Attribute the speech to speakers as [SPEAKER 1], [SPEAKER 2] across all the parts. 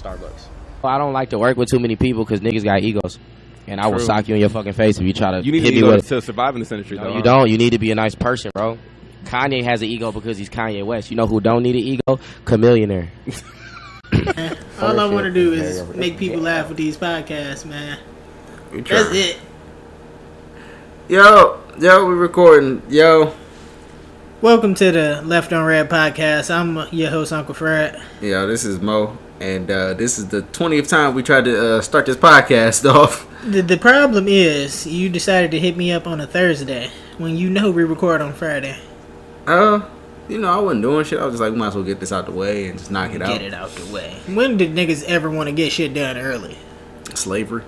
[SPEAKER 1] Starbucks.
[SPEAKER 2] I don't like to work with too many people because niggas got egos, and I will
[SPEAKER 1] True.
[SPEAKER 2] sock you in your fucking face if you try to
[SPEAKER 1] You need
[SPEAKER 2] hit
[SPEAKER 1] an
[SPEAKER 2] me
[SPEAKER 1] ego
[SPEAKER 2] with.
[SPEAKER 1] to survive in this industry,
[SPEAKER 2] No,
[SPEAKER 1] though.
[SPEAKER 2] you don't. You need to be a nice person, bro. Kanye has an ego because he's Kanye West. You know who don't need an ego? Chameleonaire.
[SPEAKER 3] All I want to do is
[SPEAKER 2] Very
[SPEAKER 3] make people laugh with these podcasts, man.
[SPEAKER 4] We
[SPEAKER 3] That's
[SPEAKER 4] trying.
[SPEAKER 3] it.
[SPEAKER 4] Yo, yo, we recording. Yo,
[SPEAKER 3] Welcome to the Left on Red podcast. I'm your host, Uncle Fred.
[SPEAKER 4] yo, this is Mo, and uh, this is the twentieth time we tried to uh, start this podcast off.
[SPEAKER 3] The, the problem is, you decided to hit me up on a Thursday when you know we record on Friday.
[SPEAKER 4] Uh, you know, I wasn't doing shit. I was just like, we might as well get this out the way and just knock it out.
[SPEAKER 3] Get it out the way. When did niggas ever want to get shit done early?
[SPEAKER 4] Slavery.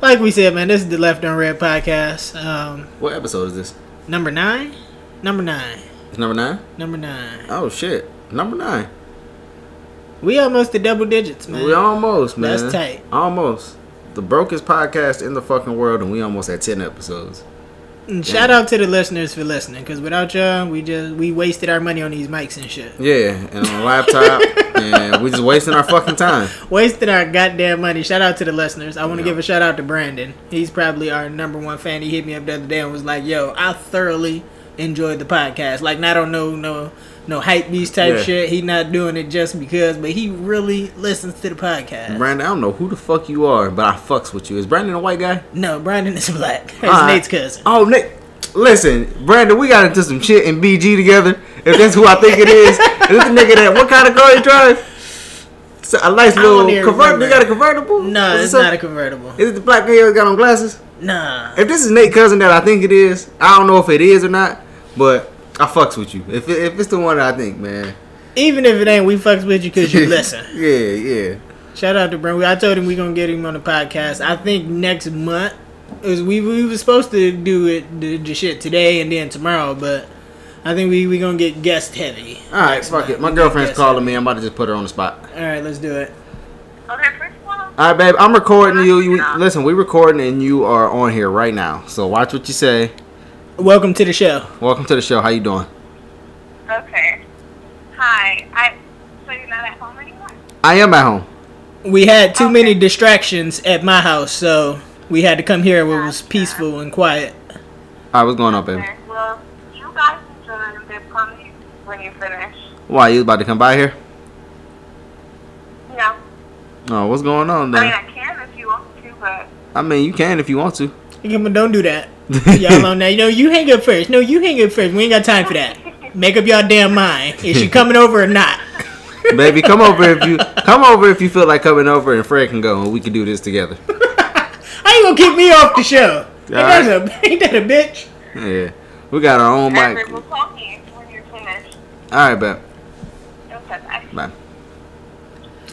[SPEAKER 3] Like we said, man, this is the Left on Red podcast. Um,
[SPEAKER 4] What episode is this?
[SPEAKER 3] number nine? Number nine.
[SPEAKER 4] It's number nine.
[SPEAKER 3] Number nine.
[SPEAKER 4] Oh shit, number nine.
[SPEAKER 3] We almost to double digits, man.
[SPEAKER 4] We almost man.
[SPEAKER 3] That's tight.
[SPEAKER 4] Almost. The brokest podcast in the fucking world, and we almost had ten episodes.
[SPEAKER 3] And shout out to the listeners for listening, because without y'all, we just we wasted our money on these mics and shit.
[SPEAKER 4] Yeah, and on a laptop, and we just wasting our fucking time.
[SPEAKER 3] Wasted our goddamn money. Shout out to the listeners. I want to
[SPEAKER 4] Yeah.
[SPEAKER 3] give a shout out to Brandon. He's probably our number one fan. He hit me up the other day and was like, "Yo, I thoroughly enjoyed the podcast. Like, not on no no no hype beast type
[SPEAKER 4] Yeah.
[SPEAKER 3] shit. He not doing it just because, but he really listens to the podcast.
[SPEAKER 4] Brandon, I don't know who the fuck you are, but I fucks with you. Is Brandon a white guy?
[SPEAKER 3] no, Brandon is black. He's
[SPEAKER 4] All right.
[SPEAKER 3] Nate's cousin.
[SPEAKER 4] Oh, Nate. Listen, Brandon, we got into some shit in BG together. If that's who I think it is, is this the nigga that what kind of car he drive? So a nice
[SPEAKER 3] I
[SPEAKER 4] little
[SPEAKER 3] don't even
[SPEAKER 4] convert.
[SPEAKER 3] remember.
[SPEAKER 4] We got a convertible.
[SPEAKER 3] No,
[SPEAKER 4] What's
[SPEAKER 3] it's
[SPEAKER 4] up?
[SPEAKER 3] not a convertible.
[SPEAKER 4] Is it the black guy that got on glasses?
[SPEAKER 3] Nah.
[SPEAKER 4] If this is Nate cousin that I think it is, I don't know if it is or not, but I fucks with you. If it, if it's the one that I think, man.
[SPEAKER 3] Even if it ain't, we fucks with you because you listen.
[SPEAKER 4] yeah, yeah.
[SPEAKER 3] Shout out to Brent. I told him we gonna get him on the podcast. I think next month is we we was supposed to do it the, the shit today and then tomorrow, but I think we we gonna get guest heavy.
[SPEAKER 4] All right, fuck it. My
[SPEAKER 3] We
[SPEAKER 4] girlfriend's
[SPEAKER 3] got guests.
[SPEAKER 4] calling me. I'm about to just put her on the spot.
[SPEAKER 3] All right, let's do it.
[SPEAKER 5] Okay, first of all,
[SPEAKER 4] All right, babe. I'm recording you. you listen, we recording and you are on here right now. So watch what you say.
[SPEAKER 3] Welcome to the show.
[SPEAKER 4] Welcome to the show. How you doing?
[SPEAKER 5] okay. Hi. I. So you're not at home anymore?
[SPEAKER 4] I am at home.
[SPEAKER 3] We had too many
[SPEAKER 5] Okay.
[SPEAKER 3] distractions at my house, so we had to come here where it was peaceful and quiet.
[SPEAKER 4] All right, what's going on, baby?
[SPEAKER 5] Okay. Well, you guys enjoy the comedy when you finish.
[SPEAKER 4] Why you about to come by here?
[SPEAKER 5] No.
[SPEAKER 4] No, what's going on
[SPEAKER 5] I mean,
[SPEAKER 4] then?
[SPEAKER 5] I can if you want to, but
[SPEAKER 4] I mean, you can if you want to.
[SPEAKER 3] Yeah, but Don't do that. Y'all on that. No, you hang up first. No, you hang up first. We ain't got time for that. Make up y'all damn mind. Is she coming over or not?
[SPEAKER 4] baby, come over if you come over if you feel like coming over, and Fred can go, and we can do this together.
[SPEAKER 3] How you gonna keep me off the show? Ain't
[SPEAKER 4] Alright.
[SPEAKER 3] that a, ain't that a bitch?
[SPEAKER 4] Yeah, we got our own mic.
[SPEAKER 5] Everett will call me when you're finished.
[SPEAKER 4] All right, babe.
[SPEAKER 5] Okay. Bye.
[SPEAKER 4] Bye.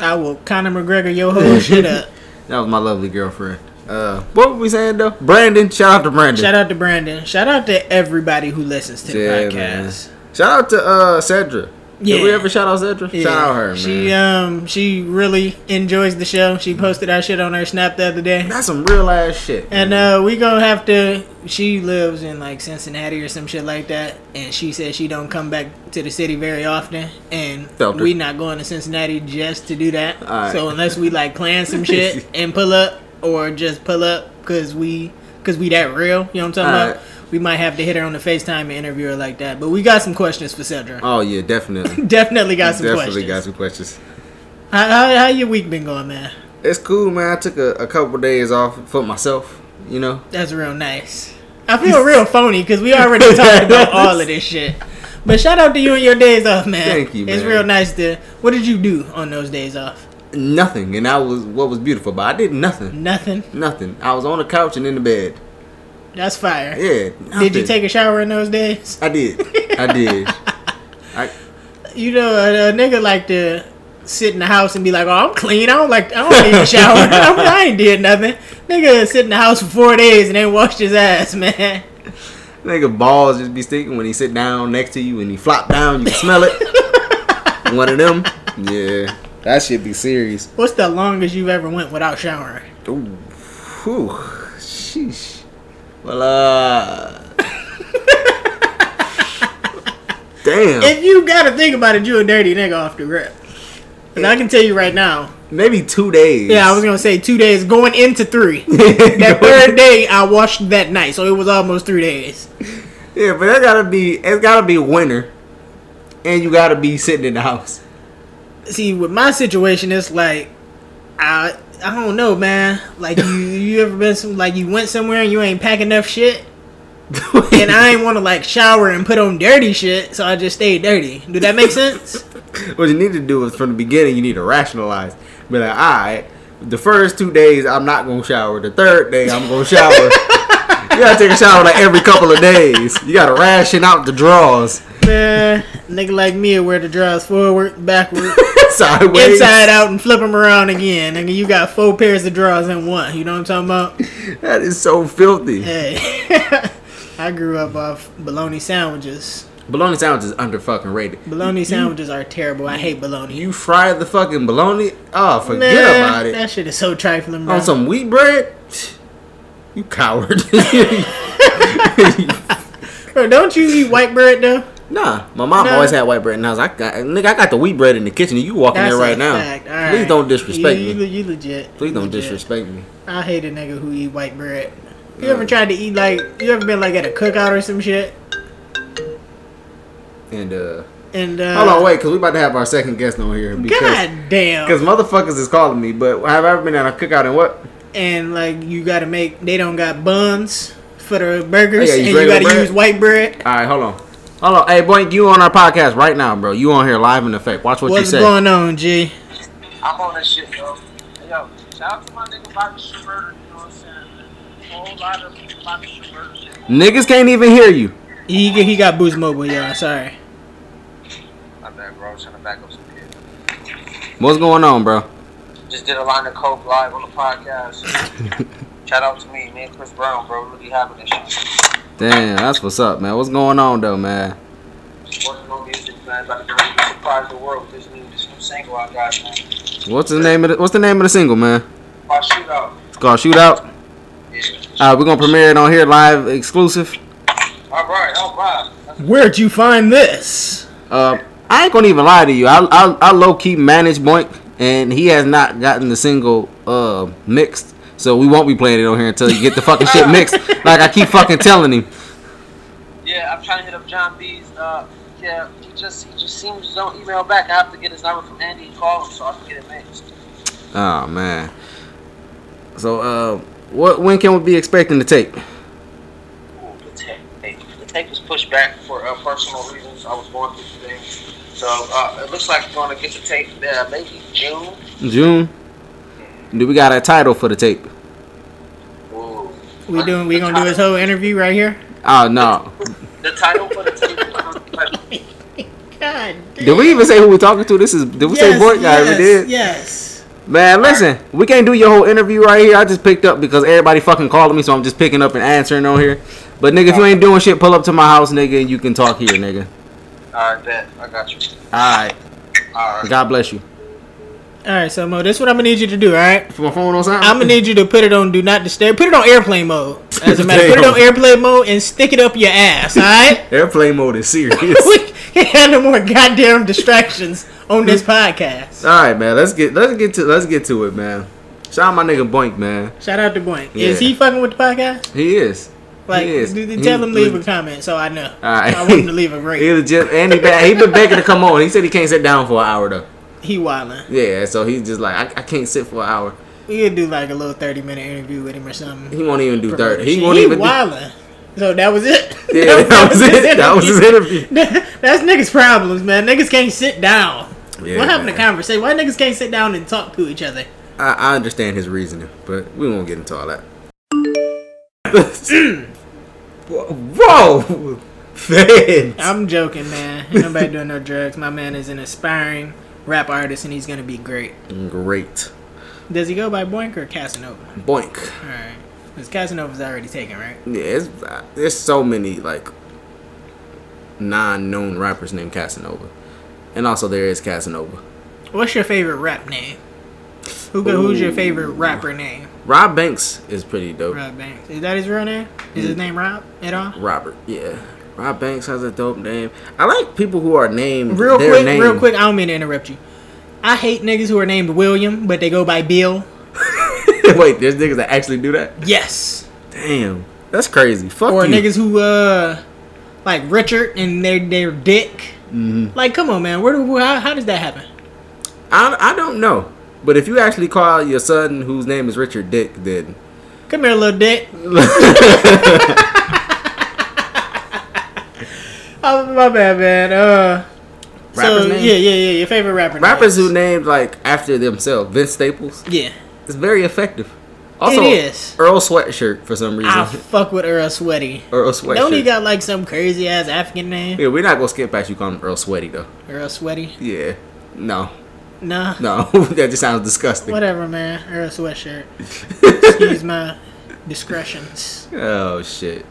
[SPEAKER 3] I will Conor McGregor your whole shit up.
[SPEAKER 4] That was my lovely girlfriend. Uh, what were we saying though? Brandon, shout out to Brandon.
[SPEAKER 3] Shout out to Brandon. Shout out to everybody who listens to the
[SPEAKER 4] Yeah,
[SPEAKER 3] podcast.
[SPEAKER 4] Shout out to uh Cedra.
[SPEAKER 3] Yeah.
[SPEAKER 4] Did we ever shout out Cedra?
[SPEAKER 3] Yeah.
[SPEAKER 4] Shout out her, man.
[SPEAKER 3] She um she really enjoys the show. She posted our shit on her snap the other day.
[SPEAKER 4] That's some real ass shit.
[SPEAKER 3] And uh we gonna have to she lives in like Cincinnati or some shit like that and she said she don't come back to the city very often and
[SPEAKER 4] Felt her.
[SPEAKER 3] we not going to Cincinnati just to do that.
[SPEAKER 4] Alright.
[SPEAKER 3] So unless we like plan some shit and pull up or just pull up cuz we cuz we that real, you know what I'm talking
[SPEAKER 4] Alright.
[SPEAKER 3] about? We might have to hit her on the FaceTime and interview her like that. But we got some questions for Cedra.
[SPEAKER 4] oh yeah, definitely.
[SPEAKER 3] Definitely got some
[SPEAKER 4] definitely
[SPEAKER 3] questions.
[SPEAKER 4] got some questions.
[SPEAKER 3] How, how how your week been going, man?
[SPEAKER 4] It's cool, man. I took a, a couple days off for myself, you know.
[SPEAKER 3] That's real nice. I feel real phony because we already talked about all of this shit. But shout out to you and your days off, man.
[SPEAKER 4] Thank you,
[SPEAKER 3] It's
[SPEAKER 4] man.
[SPEAKER 3] real nice to. What did you do on those days off?
[SPEAKER 4] Nothing. And that was what was beautiful, but I did nothing.
[SPEAKER 3] Nothing.
[SPEAKER 4] Nothing. I was on the couch and in the bed.
[SPEAKER 3] That's fire.
[SPEAKER 4] Yeah. Nothing.
[SPEAKER 3] Did you take a shower in those days?
[SPEAKER 4] I did. I did. I
[SPEAKER 3] You know, a, a nigga like to sit in the house and be like, "Oh, I'm clean. I don't like. I don't need a shower. I, mean, I ain't did nothing." Nigga sit in the house for four days and ain't washed his ass, man.
[SPEAKER 4] nigga balls just be stinking when he sit down next to you and he flop down, you can smell it. One of them. Yeah. That should be serious.
[SPEAKER 3] What's the longest you've ever went without showering?
[SPEAKER 4] Ooh, whew, sheesh. Well, uh, Damn.
[SPEAKER 3] If you gotta think about it, you a dirty nigga off the rip. And I can tell you right now.
[SPEAKER 4] Maybe two days.
[SPEAKER 3] Yeah, I was gonna say two days going into three. That third day I washed that night, so it was almost three days.
[SPEAKER 4] Yeah, but that gotta be it's gotta be winter, and you gotta be sitting in the house.
[SPEAKER 3] See, with my situation, it's like I I don't know, man. Like you you ever been some like you went somewhere and you ain't packed enough shit, and I ain't want to like shower and put on dirty shit, so I just stayed dirty. Did that make sense?
[SPEAKER 4] what you need to do is from the beginning you need to rationalize. Be like, all right, the first two days I'm not gonna shower. The third day I'm gonna shower. you gotta take a shower like every couple of days. You gotta ration out the draws.
[SPEAKER 3] man, nigga like me will wear the drawers forward, backward.
[SPEAKER 4] Sideways.
[SPEAKER 3] Inside out and flip them around again, nigga. You got four pairs of drawers in one. You know what I'm talking about?
[SPEAKER 4] That is so filthy.
[SPEAKER 3] Hey, I grew up off bologna sandwiches.
[SPEAKER 4] Bologna sandwiches under fucking rated.
[SPEAKER 3] Bologna sandwiches are terrible. I hate bologna.
[SPEAKER 4] You fry the fucking bologna. Oh, forget
[SPEAKER 3] Man,
[SPEAKER 4] about it.
[SPEAKER 3] That shit is so trifling, bro.
[SPEAKER 4] on some wheat bread? You coward.
[SPEAKER 3] Bro, don't you eat white bread though?
[SPEAKER 4] nah, my mom
[SPEAKER 3] No.
[SPEAKER 4] always had white bread in the house. I got, nigga, I got the wheat bread in the kitchen. and You walking
[SPEAKER 3] That's
[SPEAKER 4] there right
[SPEAKER 3] a
[SPEAKER 4] now?
[SPEAKER 3] fact. All right.
[SPEAKER 4] Please don't disrespect
[SPEAKER 3] you,
[SPEAKER 4] me.
[SPEAKER 3] You, you legit.
[SPEAKER 4] Please don't
[SPEAKER 3] Legit.
[SPEAKER 4] disrespect Uh. me.
[SPEAKER 3] I hate a nigga who eat white bread. You ever tried to eat like? You ever been like at a cookout or some shit?
[SPEAKER 4] And uh,
[SPEAKER 3] And uh,
[SPEAKER 4] hold on, wait, because we about to have our second guest on here because
[SPEAKER 3] God damn.
[SPEAKER 4] because motherfuckers is calling me. But have I ever been at a cookout and what?
[SPEAKER 3] And like you gotta make. They don't got buns for the burgers,
[SPEAKER 4] Oh, Yeah, you
[SPEAKER 3] and you
[SPEAKER 4] regular
[SPEAKER 3] gotta
[SPEAKER 4] bread.
[SPEAKER 3] use white bread.
[SPEAKER 4] All right, hold on, hold on. Hey, Blank, you on our podcast right now, bro? You on here live in effect. Watch what you
[SPEAKER 3] What's
[SPEAKER 4] say.
[SPEAKER 3] going on, G?
[SPEAKER 1] I'm on that shit, bro. Yo, shout out to my nigga Bobby Schmurder, you know what I'm saying? Whole lot of Bobby Schmurder.
[SPEAKER 4] Niggas can't even hear you.
[SPEAKER 3] He he got Boost Mobile, y'all. Sorry.
[SPEAKER 1] My bad, bro. I was trying to back up some kids.
[SPEAKER 4] What's going on, bro?
[SPEAKER 1] Just did a line of coke live on the podcast. shout out to me, me and Chris Brown, bro. Look, you having this shit.
[SPEAKER 4] Damn, that's what's up, man. What's going on though, man?
[SPEAKER 1] Working on music, man. About to really surprise the world with this new, this new single I got, man.
[SPEAKER 4] What's the name of the, What's the name of the single, man?
[SPEAKER 1] My shootout.
[SPEAKER 4] It's called Shootout.
[SPEAKER 1] Yeah.
[SPEAKER 4] Uh, we're gonna premiere it on here live, exclusive.
[SPEAKER 1] All right, all right. That's
[SPEAKER 3] Where'd you find this?
[SPEAKER 4] Uh, I ain't gonna even lie to you. I I, I low key manage Boink, and he has not gotten the single uh mixed. So we won't be playing it on here until you get the fucking shit mixed. Like I keep fucking telling him.
[SPEAKER 1] Yeah, I'm trying to hit up John B's. Uh, yeah, he just he just seems to don't email back. I have to get his number from Andy and call him so I can get it mixed.
[SPEAKER 4] Oh man. So uh, what when can we be expecting the tape?
[SPEAKER 1] Ooh, the tape. The tape was pushed back for uh, personal reasons. I was going through some things. So uh, it looks like we're going to get the tape uh, maybe June.
[SPEAKER 4] June. Do we got a title for the tape?
[SPEAKER 1] Ooh.
[SPEAKER 3] We doing? We gonna do this whole interview right here?
[SPEAKER 4] Oh no.
[SPEAKER 1] The title for the tape is gonna be like,
[SPEAKER 3] God.
[SPEAKER 4] Did we even say who we're talking to? This is did we say Boink? Yeah, we did.
[SPEAKER 3] Yes.
[SPEAKER 4] Man, listen, we can't do your whole interview right here. I just picked up because everybody fucking calling me, so I'm just picking up and answering on here. But nigga, if you ain't doing shit, pull up to my house, nigga, and you can talk here, nigga.
[SPEAKER 1] All right, bet. uh, I got you.
[SPEAKER 4] Alright.
[SPEAKER 1] All right.
[SPEAKER 4] God bless you.
[SPEAKER 3] All right, so Mo, this is what I'm gonna need you to do. All right,
[SPEAKER 4] Put my phone on
[SPEAKER 3] I'm gonna
[SPEAKER 4] silent.
[SPEAKER 3] need you to put it on do not disturb. Put it on airplane mode. As a matter, put it
[SPEAKER 4] Damn.
[SPEAKER 3] on airplane mode and stick it up your ass. All right.
[SPEAKER 4] Airplane mode is serious.
[SPEAKER 3] we can't have no more goddamn distractions on this podcast.
[SPEAKER 4] Alright, man. Let's get let's get to let's get to it, man. Shout out my nigga Boink, man.
[SPEAKER 3] Shout out to Boink. Is
[SPEAKER 4] Yeah.
[SPEAKER 3] he fucking with the podcast?
[SPEAKER 4] He is.
[SPEAKER 3] Like,
[SPEAKER 4] he is.
[SPEAKER 3] d- d-
[SPEAKER 4] He-
[SPEAKER 3] tell him leave
[SPEAKER 4] he-
[SPEAKER 3] a comment so I know.
[SPEAKER 4] All right.
[SPEAKER 3] I want him to leave a
[SPEAKER 4] He
[SPEAKER 3] rate.
[SPEAKER 4] legit and he bad. he been begging to come on. He said he can't sit down for an hour though.
[SPEAKER 3] He wildin'.
[SPEAKER 4] Yeah, so he's just like I, I can't sit for an hour.
[SPEAKER 3] We could do like a little thirty minute interview with him or something.
[SPEAKER 4] He won't even do
[SPEAKER 3] Promote
[SPEAKER 4] thirty. He
[SPEAKER 3] shit.
[SPEAKER 4] won't even do
[SPEAKER 3] wildin'. So that was it.
[SPEAKER 4] Yeah, that was it. That was his interview.
[SPEAKER 3] That's niggas' problems, man. Niggas can't sit down.
[SPEAKER 4] Yeah,
[SPEAKER 3] what happened to
[SPEAKER 4] man.
[SPEAKER 3] conversation? Why niggas can't sit down and talk to each other?
[SPEAKER 4] I, I understand his reasoning, but we won't get into all that. Whoa, whoa. fans!
[SPEAKER 3] I'm joking, man. Ain't nobody doing no drugs. My man is an aspiring rap artist, and he's gonna be great.
[SPEAKER 4] Great,
[SPEAKER 3] Does he go by Boink or Casanova?
[SPEAKER 4] boink.
[SPEAKER 3] All right, because Casanova's already taken, right?
[SPEAKER 4] Yeah, it's, uh, there's so many like non-known rappers named Casanova, and also there is Casanova.
[SPEAKER 3] What's your favorite rap name? Who go, who's your
[SPEAKER 4] Ooh.
[SPEAKER 3] favorite rapper name?
[SPEAKER 4] Rob Banks is pretty dope. Mm.
[SPEAKER 3] Rob Banks. Is that his real name? Is his name Rob at all?
[SPEAKER 4] Robert, yeah. Rob Banks has a dope name. I like people who are named
[SPEAKER 3] Real
[SPEAKER 4] their
[SPEAKER 3] quick,
[SPEAKER 4] name.
[SPEAKER 3] real quick. I don't mean to interrupt you. I hate niggas who are named William, but they go by Bill.
[SPEAKER 4] Wait, there's niggas that actually do that.
[SPEAKER 3] Yes.
[SPEAKER 4] Damn, that's crazy. Fuck
[SPEAKER 3] or
[SPEAKER 4] you.
[SPEAKER 3] niggas who uh like Richard and they're they're Dick.
[SPEAKER 4] Mm-hmm.
[SPEAKER 3] Like, come on, man. Where do how, how does that happen?
[SPEAKER 4] I I don't know, but if you actually call your son whose name is Richard Dick, then
[SPEAKER 3] Come here, little Dick. oh my bad, man. Uh,
[SPEAKER 4] Rapper's
[SPEAKER 3] so
[SPEAKER 4] name?
[SPEAKER 3] yeah, yeah, yeah. Your favorite rapper.
[SPEAKER 4] rappers
[SPEAKER 3] names.
[SPEAKER 4] who named like after themselves, Vince Staples,
[SPEAKER 3] Yeah,
[SPEAKER 4] is very effective. Also,
[SPEAKER 3] is.
[SPEAKER 4] Earl Sweatshirt for some reason.
[SPEAKER 3] I fuck with Earl Sweaty.
[SPEAKER 4] Earl Sweatshirt.
[SPEAKER 3] Don't he got like some crazy ass African name?
[SPEAKER 4] yeah, we're not gonna skip past you calling him Earl Sweaty though.
[SPEAKER 3] Earl Sweaty.
[SPEAKER 4] Yeah. No,
[SPEAKER 3] Nah.
[SPEAKER 4] no, that just sounds disgusting.
[SPEAKER 3] Whatever, man. Earl Sweatshirt. Excuse my discretions.
[SPEAKER 4] Oh shit.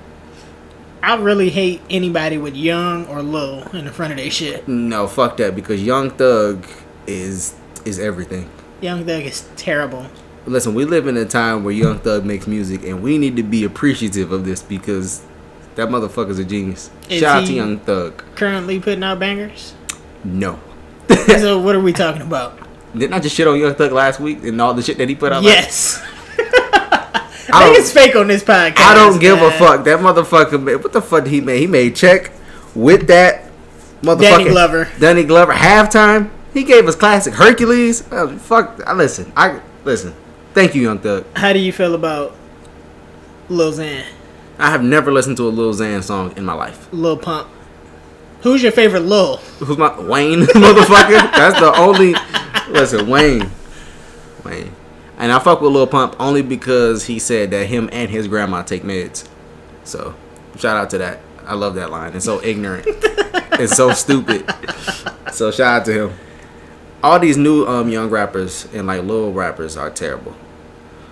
[SPEAKER 3] I really hate anybody with young or low in the front of their shit.
[SPEAKER 4] No, fuck that because Young Thug is is everything.
[SPEAKER 3] Young Thug is terrible.
[SPEAKER 4] Listen, we live in a time where Young Thug makes music, and we need to be appreciative of this because that motherfucker's a genius.
[SPEAKER 3] Is
[SPEAKER 4] Shout out to
[SPEAKER 3] he-
[SPEAKER 4] Young Thug.
[SPEAKER 3] Currently putting out bangers.
[SPEAKER 4] No,
[SPEAKER 3] so what are we talking about?
[SPEAKER 4] didn't I just shit on Young Thug last week and all the shit that he put out? last-
[SPEAKER 3] Yes.
[SPEAKER 4] I
[SPEAKER 3] I
[SPEAKER 4] don't-
[SPEAKER 3] think it's fake on this podcast.
[SPEAKER 4] I don't give a
[SPEAKER 3] man.
[SPEAKER 4] fuck. That motherfucker, made, what the fuck did he made? He made check with that motherfucker.
[SPEAKER 3] Danny Glover.
[SPEAKER 4] Danny Glover halftime. He gave us classic Hercules. Uh, fuck. I listen. I listen. Thank you, Young Thug.
[SPEAKER 3] How do you feel about Lil Xan,
[SPEAKER 4] I have never listened to a Lil Xan song in my life.
[SPEAKER 3] Lil Pump? Who's your favorite Lil?
[SPEAKER 4] Who's my Wayne motherfucker? That's the only. Listen, Wayne, Wayne, and I fuck with Lil Pump only because he said that him and his grandma take meds. So, shout out to that. I love that line. It's so ignorant. it's so stupid. So shout out to him. All these new um young rappers and like Lil rappers are terrible.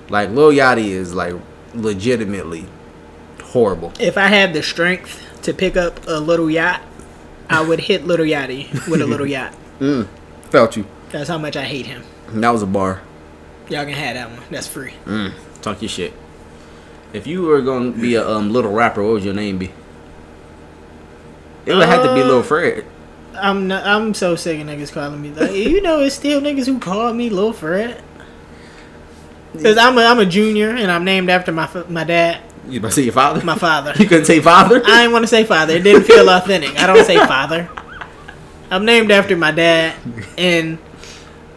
[SPEAKER 4] Like Lil Yachty is like legitimately horrible.
[SPEAKER 3] If I had the strength to pick up a little yacht, I would hit Little Yachty with a little yacht.
[SPEAKER 4] Felt you.
[SPEAKER 3] That's how much I hate him.
[SPEAKER 4] And that was a bar.
[SPEAKER 3] Y'all can have that one. That's free.
[SPEAKER 4] Mm. Talk your shit. If you were gonna be a um, little rapper, what would your name be? It would have to be
[SPEAKER 3] Uh,
[SPEAKER 4] Lil Fred.
[SPEAKER 3] I'm not, I'm so sick of niggas calling me that. you know, it's still niggas who call me Lil Fred. Cause I'm a I'm a junior and I'm named after my fa- my dad,
[SPEAKER 4] You about to say your father?
[SPEAKER 3] my father.
[SPEAKER 4] you couldn't say father?
[SPEAKER 3] I didn't want to say father. It didn't feel authentic. I don't say father. I'm named after my dad, and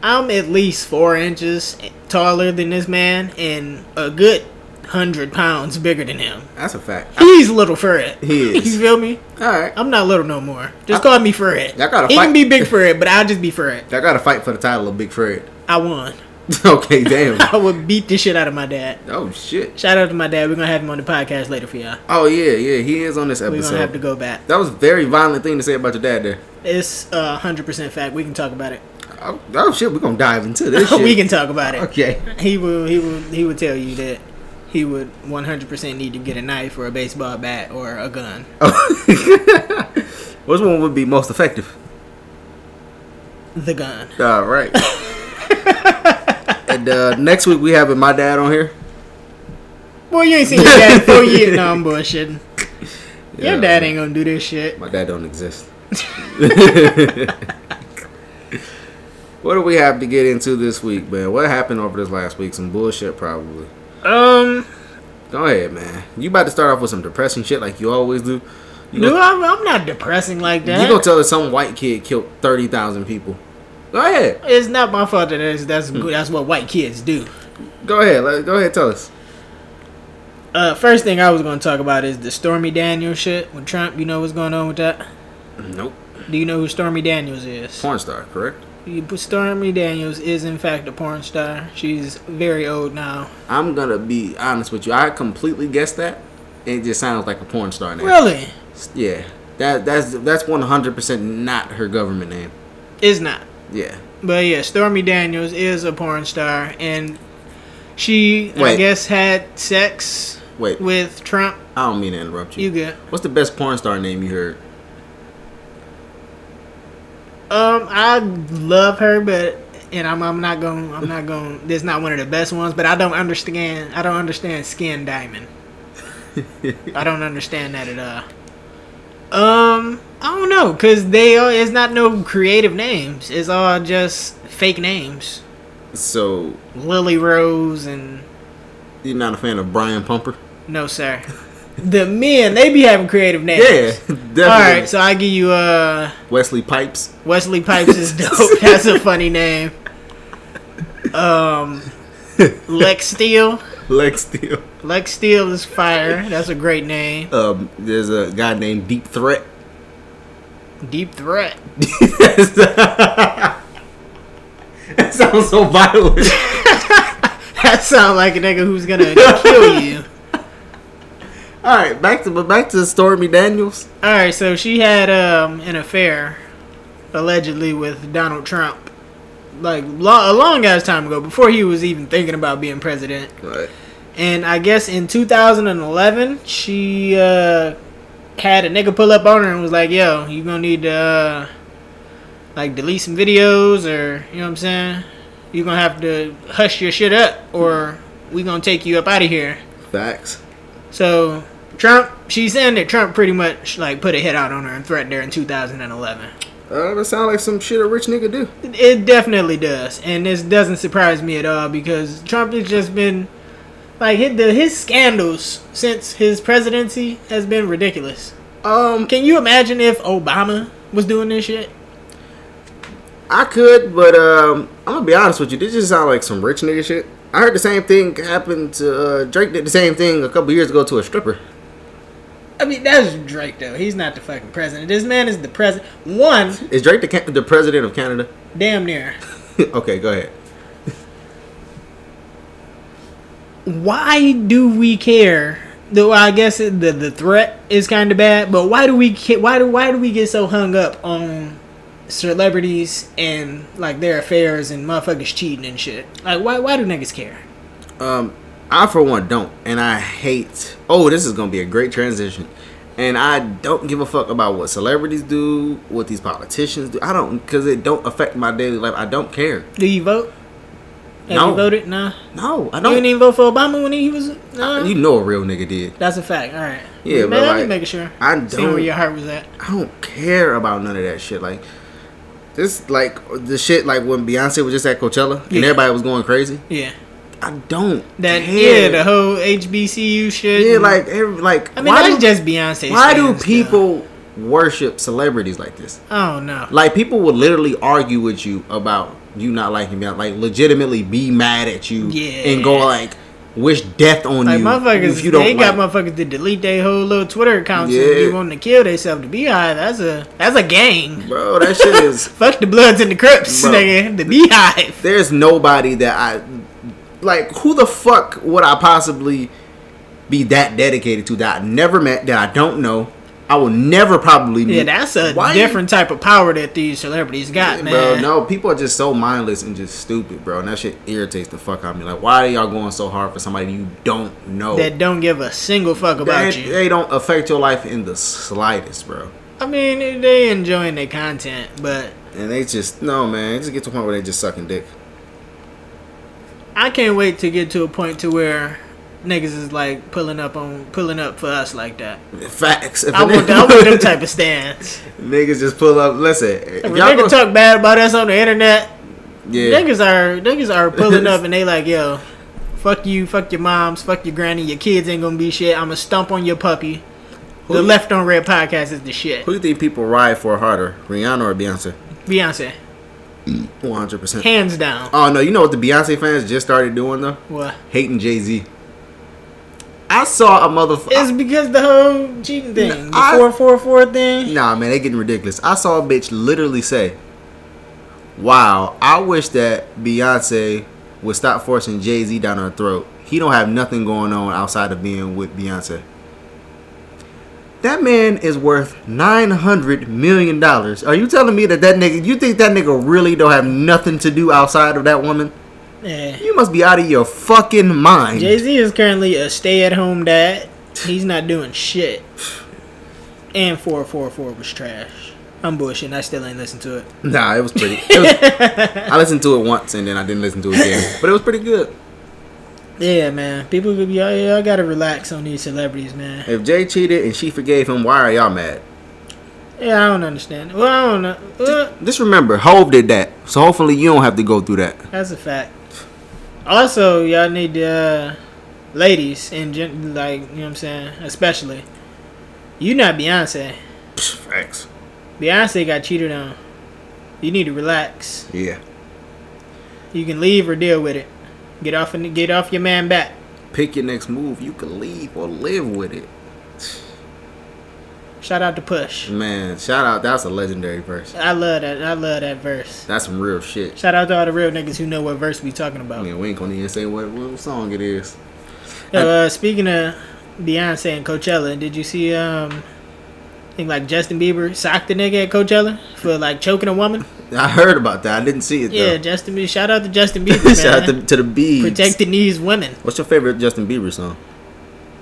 [SPEAKER 3] I'm at least four inches taller than this man and a good hundred pounds bigger than him.
[SPEAKER 4] That's a fact.
[SPEAKER 3] He's Little Fred.
[SPEAKER 4] He is.
[SPEAKER 3] you feel me?
[SPEAKER 4] All right.
[SPEAKER 3] I'm not little no more. Just call me Fred.
[SPEAKER 4] Y'all gotta
[SPEAKER 3] he
[SPEAKER 4] fight.
[SPEAKER 3] can be big Fred, but I'll just be Fred.
[SPEAKER 4] I gotta fight for the title of Big Fred.
[SPEAKER 3] I won.
[SPEAKER 4] okay, damn.
[SPEAKER 3] I would beat the shit out of my dad.
[SPEAKER 4] oh shit.
[SPEAKER 3] Shout out to my dad. We're gonna have him on the podcast later for y'all.
[SPEAKER 4] Oh yeah, yeah. He is on this
[SPEAKER 3] We're
[SPEAKER 4] episode.
[SPEAKER 3] gonna have to go back.
[SPEAKER 4] That was a very violent thing to say about your dad there.
[SPEAKER 3] It's a hundred percent fact. We can talk about it.
[SPEAKER 4] Oh, oh shit, we're gonna dive into this shit.
[SPEAKER 3] we can talk about it.
[SPEAKER 4] Okay.
[SPEAKER 3] He will. He will. He would tell you that he would one hundred percent need to get a knife or a baseball bat or a gun.
[SPEAKER 4] Which one would be most effective?
[SPEAKER 3] The gun.
[SPEAKER 4] All right. and uh, next week we having my dad on here.
[SPEAKER 3] Boy, you ain't seen your dad in four years. No, I'm bullshitting.
[SPEAKER 4] Yeah,
[SPEAKER 3] your dad ain't gonna do this shit.
[SPEAKER 4] My dad don't exist. what do we have to get into this week, man? What happened over this last week? Some bullshit, probably.
[SPEAKER 3] Um,
[SPEAKER 4] Go ahead, man. You about to start off with some depressing shit like you always do. You
[SPEAKER 3] dude,
[SPEAKER 4] gonna,
[SPEAKER 3] I'm, I'm not depressing like
[SPEAKER 4] you gonna
[SPEAKER 3] that.
[SPEAKER 4] tell us some white kid killed thirty thousand people? Go ahead.
[SPEAKER 3] It's not my fault that that's that's,
[SPEAKER 4] Hmm.
[SPEAKER 3] good. that's what white kids do.
[SPEAKER 4] Go ahead. Let, go ahead. Tell us.
[SPEAKER 3] Uh, first thing I was going to talk about is the Stormy Daniels shit with Trump. You know what's going on with that?
[SPEAKER 4] Nope.
[SPEAKER 3] Do you know who Stormy Daniels is?
[SPEAKER 4] Porn star, correct?
[SPEAKER 3] You- Stormy Daniels is in fact a porn star. She's very old now.
[SPEAKER 4] I'm gonna be honest with you. I completely guessed that. It just sounds like a porn star name.
[SPEAKER 3] Really?
[SPEAKER 4] Yeah. That that's that's one hundred percent not her government name.
[SPEAKER 3] It's not.
[SPEAKER 4] Yeah.
[SPEAKER 3] But yeah, Stormy Daniels is a porn star, and she I
[SPEAKER 4] Wait.
[SPEAKER 3] guess had sex
[SPEAKER 4] Wait.
[SPEAKER 3] with Trump.
[SPEAKER 4] I don't mean to interrupt you.
[SPEAKER 3] You good?
[SPEAKER 4] What's the best porn star name you heard?
[SPEAKER 3] Um, I love her, but and I'm I'm not going I'm not going. This not one of the best ones, but I don't understand. I don't understand Skin Diamond. I don't understand that at all. Um, I don't know, cause they are. It's not no creative names. It's all just fake names.
[SPEAKER 4] So
[SPEAKER 3] Lily Rose and
[SPEAKER 4] you're not a fan of Brian Pumper?
[SPEAKER 3] no sir. The men they be having creative names.
[SPEAKER 4] Yeah, definitely.
[SPEAKER 3] All right, so I give you uh
[SPEAKER 4] Wesley Pipes.
[SPEAKER 3] Wesley Pipes is dope. That's a funny name. Um, Lex Steele.
[SPEAKER 4] Lex Steele.
[SPEAKER 3] Lex Steele is fire. That's a great name.
[SPEAKER 4] Um, there's a guy named Deep Threat.
[SPEAKER 3] Deep Threat.
[SPEAKER 4] that sounds so violent.
[SPEAKER 3] That sounds like a nigga who's gonna kill you.
[SPEAKER 4] All right, back to but back to Stormy Daniels.
[SPEAKER 3] All right, so she had um an affair, allegedly with Donald Trump, like lo- a long ass time ago, before he was even thinking about being president.
[SPEAKER 4] Right.
[SPEAKER 3] And I guess in 2011, she uh, had a nigga pull up on her and was like, "Yo, you gonna need to uh, like delete some videos, or you know what I'm saying? You gonna have to hush your shit up, or we gonna take you up out of here."
[SPEAKER 4] Facts.
[SPEAKER 3] So Trump, she's saying that Trump pretty much like put a hit out on her and threatened her in 2011.
[SPEAKER 4] Uh, that sounds like some shit a rich nigga do.
[SPEAKER 3] It definitely does, and this doesn't surprise me at all because Trump has just been like his, the, his scandals since his presidency has been ridiculous.
[SPEAKER 4] Um,
[SPEAKER 3] Can you imagine if Obama was doing this shit?
[SPEAKER 4] I could, but um, I'm gonna be honest with you. This just sound like some rich nigga shit. I heard the same thing happened to uh, Drake. Did the same thing a couple years ago to a stripper.
[SPEAKER 3] I mean, that's Drake though. He's not the fucking president. This man is the president. One,
[SPEAKER 4] Is Drake the ca- the president of Canada?
[SPEAKER 3] damn near.
[SPEAKER 4] okay, go ahead.
[SPEAKER 3] why do we care? Though I guess it, the the threat is kind of bad, but why do we ca- why do why do we get so hung up on celebrities and like their affairs and motherfuckers cheating and shit? Like why why do niggas care?
[SPEAKER 4] Um, I for one don't, and I hate. Oh, this is gonna be a great transition, and I don't give a fuck about what celebrities do, what these politicians do. I don't because it don't affect my daily life. I don't care.
[SPEAKER 3] Do you vote? Have
[SPEAKER 4] No.
[SPEAKER 3] you voted? Nah.
[SPEAKER 4] No, I
[SPEAKER 3] You
[SPEAKER 4] don't.
[SPEAKER 3] didn't even vote for Obama when he was. Nah.
[SPEAKER 4] you know a real nigga did.
[SPEAKER 3] That's a fact. All right.
[SPEAKER 4] Yeah,
[SPEAKER 3] man,
[SPEAKER 4] but,
[SPEAKER 3] I'm
[SPEAKER 4] like,
[SPEAKER 3] just making sure.
[SPEAKER 4] I
[SPEAKER 3] See where
[SPEAKER 4] don't-
[SPEAKER 3] your heart was at.
[SPEAKER 4] I don't care about none of that shit. Like this, like the shit, like when Beyonce was just at Coachella and
[SPEAKER 3] Yeah.
[SPEAKER 4] everybody was going crazy.
[SPEAKER 3] Yeah.
[SPEAKER 4] I don't.
[SPEAKER 3] That
[SPEAKER 4] care.
[SPEAKER 3] yeah, the whole HBCU shit.
[SPEAKER 4] yeah,
[SPEAKER 3] and-
[SPEAKER 4] like every, like
[SPEAKER 3] I mean,
[SPEAKER 4] why
[SPEAKER 3] that's
[SPEAKER 4] do,
[SPEAKER 3] just Beyonce.
[SPEAKER 4] why do
[SPEAKER 3] stands, though.
[SPEAKER 4] people worship celebrities like this?
[SPEAKER 3] I don't know.
[SPEAKER 4] Like people would literally argue with you about you not liking me. Like legitimately be mad at you
[SPEAKER 3] Yeah.
[SPEAKER 4] and go like wish death on
[SPEAKER 3] Like
[SPEAKER 4] you
[SPEAKER 3] motherfuckers,
[SPEAKER 4] if you don't
[SPEAKER 3] they
[SPEAKER 4] like.
[SPEAKER 3] got motherfuckers to delete their whole little Twitter accounts and
[SPEAKER 4] Yeah.
[SPEAKER 3] be wanting to kill themselves to be high. That's a that's a gang.
[SPEAKER 4] bro, that shit is
[SPEAKER 3] Fuck the Bloods and the Crips,
[SPEAKER 4] Bro.
[SPEAKER 3] nigga. The Beehive.
[SPEAKER 4] there's nobody that I like. Who the fuck would I possibly be that dedicated to that I never met that I don't know? I will never probably meet.
[SPEAKER 3] Yeah, that's a
[SPEAKER 4] Why you-
[SPEAKER 3] different type of power that these celebrities got, man.
[SPEAKER 4] Bro, no, people are just so mindless and just stupid, bro. And that shit irritates the fuck out of me. Like, why are y'all going so hard for somebody you don't know?
[SPEAKER 3] That don't give a single fuck about
[SPEAKER 4] they,
[SPEAKER 3] you.
[SPEAKER 4] they don't affect your life in the slightest, bro.
[SPEAKER 3] I mean, they enjoying their content, but
[SPEAKER 4] And they just no, man. It just get to a point where they just sucking dick.
[SPEAKER 3] I can't wait to get to a point to where niggas is like pulling up on pulling up for us like that.
[SPEAKER 4] Facts. If
[SPEAKER 3] I
[SPEAKER 4] a
[SPEAKER 3] want,
[SPEAKER 4] nigga-
[SPEAKER 3] I want them type of stands.
[SPEAKER 4] niggas just pull up. Listen, if
[SPEAKER 3] If a
[SPEAKER 4] y'all
[SPEAKER 3] nigga
[SPEAKER 4] gonna-
[SPEAKER 3] talk bad about us on the internet,
[SPEAKER 4] yeah.
[SPEAKER 3] Niggas are niggas are pulling up and they like, yo, fuck you, fuck your moms, fuck your granny, your kids ain't gonna be shit. I'ma stump on your puppy.
[SPEAKER 4] Who
[SPEAKER 3] the
[SPEAKER 4] you-
[SPEAKER 3] left on red podcast is the shit.
[SPEAKER 4] Who do you think people ride for harder, Rihanna or Beyonce?
[SPEAKER 3] Beyonce,
[SPEAKER 4] One hundred percent.
[SPEAKER 3] hands down.
[SPEAKER 4] Oh no, you know what the Beyonce fans just started doing though?
[SPEAKER 3] What?
[SPEAKER 4] Hating Jay Z. I saw a
[SPEAKER 3] It's
[SPEAKER 4] motherfucker.
[SPEAKER 3] because the whole cheating thing, the
[SPEAKER 4] I-
[SPEAKER 3] four four four thing.
[SPEAKER 4] Nah, man, they getting ridiculous. I saw a bitch literally say, "Wow, I wish that Beyonce would stop forcing Jay Z down her throat. He don't have nothing going on outside of being with Beyonce." That man is worth nine hundred million dollars. Are you telling me that that nigga? You think that nigga really don't have nothing to do outside of that woman?
[SPEAKER 3] Yeah.
[SPEAKER 4] You must be out of your fucking mind.
[SPEAKER 3] Jay Z is currently a stay at home dad. He's not doing shit. And four four four was trash. I'm bullshitting. I still ain't listened to it.
[SPEAKER 4] Nah, it was pretty. It was- I listened to it once and then I didn't listen to it again, but it was pretty good.
[SPEAKER 3] Yeah, man. People could be, oh, y'all, y'all gotta relax on these celebrities, man.
[SPEAKER 4] If Jay cheated and she forgave him, why are y'all mad?
[SPEAKER 3] Yeah, I don't understand. Well, I don't know. Well,
[SPEAKER 4] Just remember, Hove did that, so hopefully you don't have to go through that.
[SPEAKER 3] that's a fact. Also, y'all need to, uh, ladies and gen- like you know what I'm saying, especially. You not Beyonce.
[SPEAKER 4] Psh, facts.
[SPEAKER 3] Beyonce got cheated on. You need to relax.
[SPEAKER 4] Yeah.
[SPEAKER 3] You can leave or deal with it. Get off and get off your man back.
[SPEAKER 4] Pick your next move. You can leave or live with it.
[SPEAKER 3] Shout out to Push.
[SPEAKER 4] Man, shout out. That's a legendary verse.
[SPEAKER 3] I love that. I love that verse.
[SPEAKER 4] That's some real shit.
[SPEAKER 3] Shout out to all the real niggas who know what verse we talking about.
[SPEAKER 4] Yeah, we ain't gonna even say what, what song it is.
[SPEAKER 3] Yo, uh, speaking of Beyonce and Coachella, did you see um, I think like Justin Bieber socked the nigga at Coachella for like choking a woman?
[SPEAKER 4] I heard about that. I didn't see it
[SPEAKER 3] Yeah,
[SPEAKER 4] though.
[SPEAKER 3] Justin Bieber. Shout out to Justin Bieber, man.
[SPEAKER 4] shout out to, to the bees.
[SPEAKER 3] Protecting these women.
[SPEAKER 4] What's your favorite Justin Bieber song?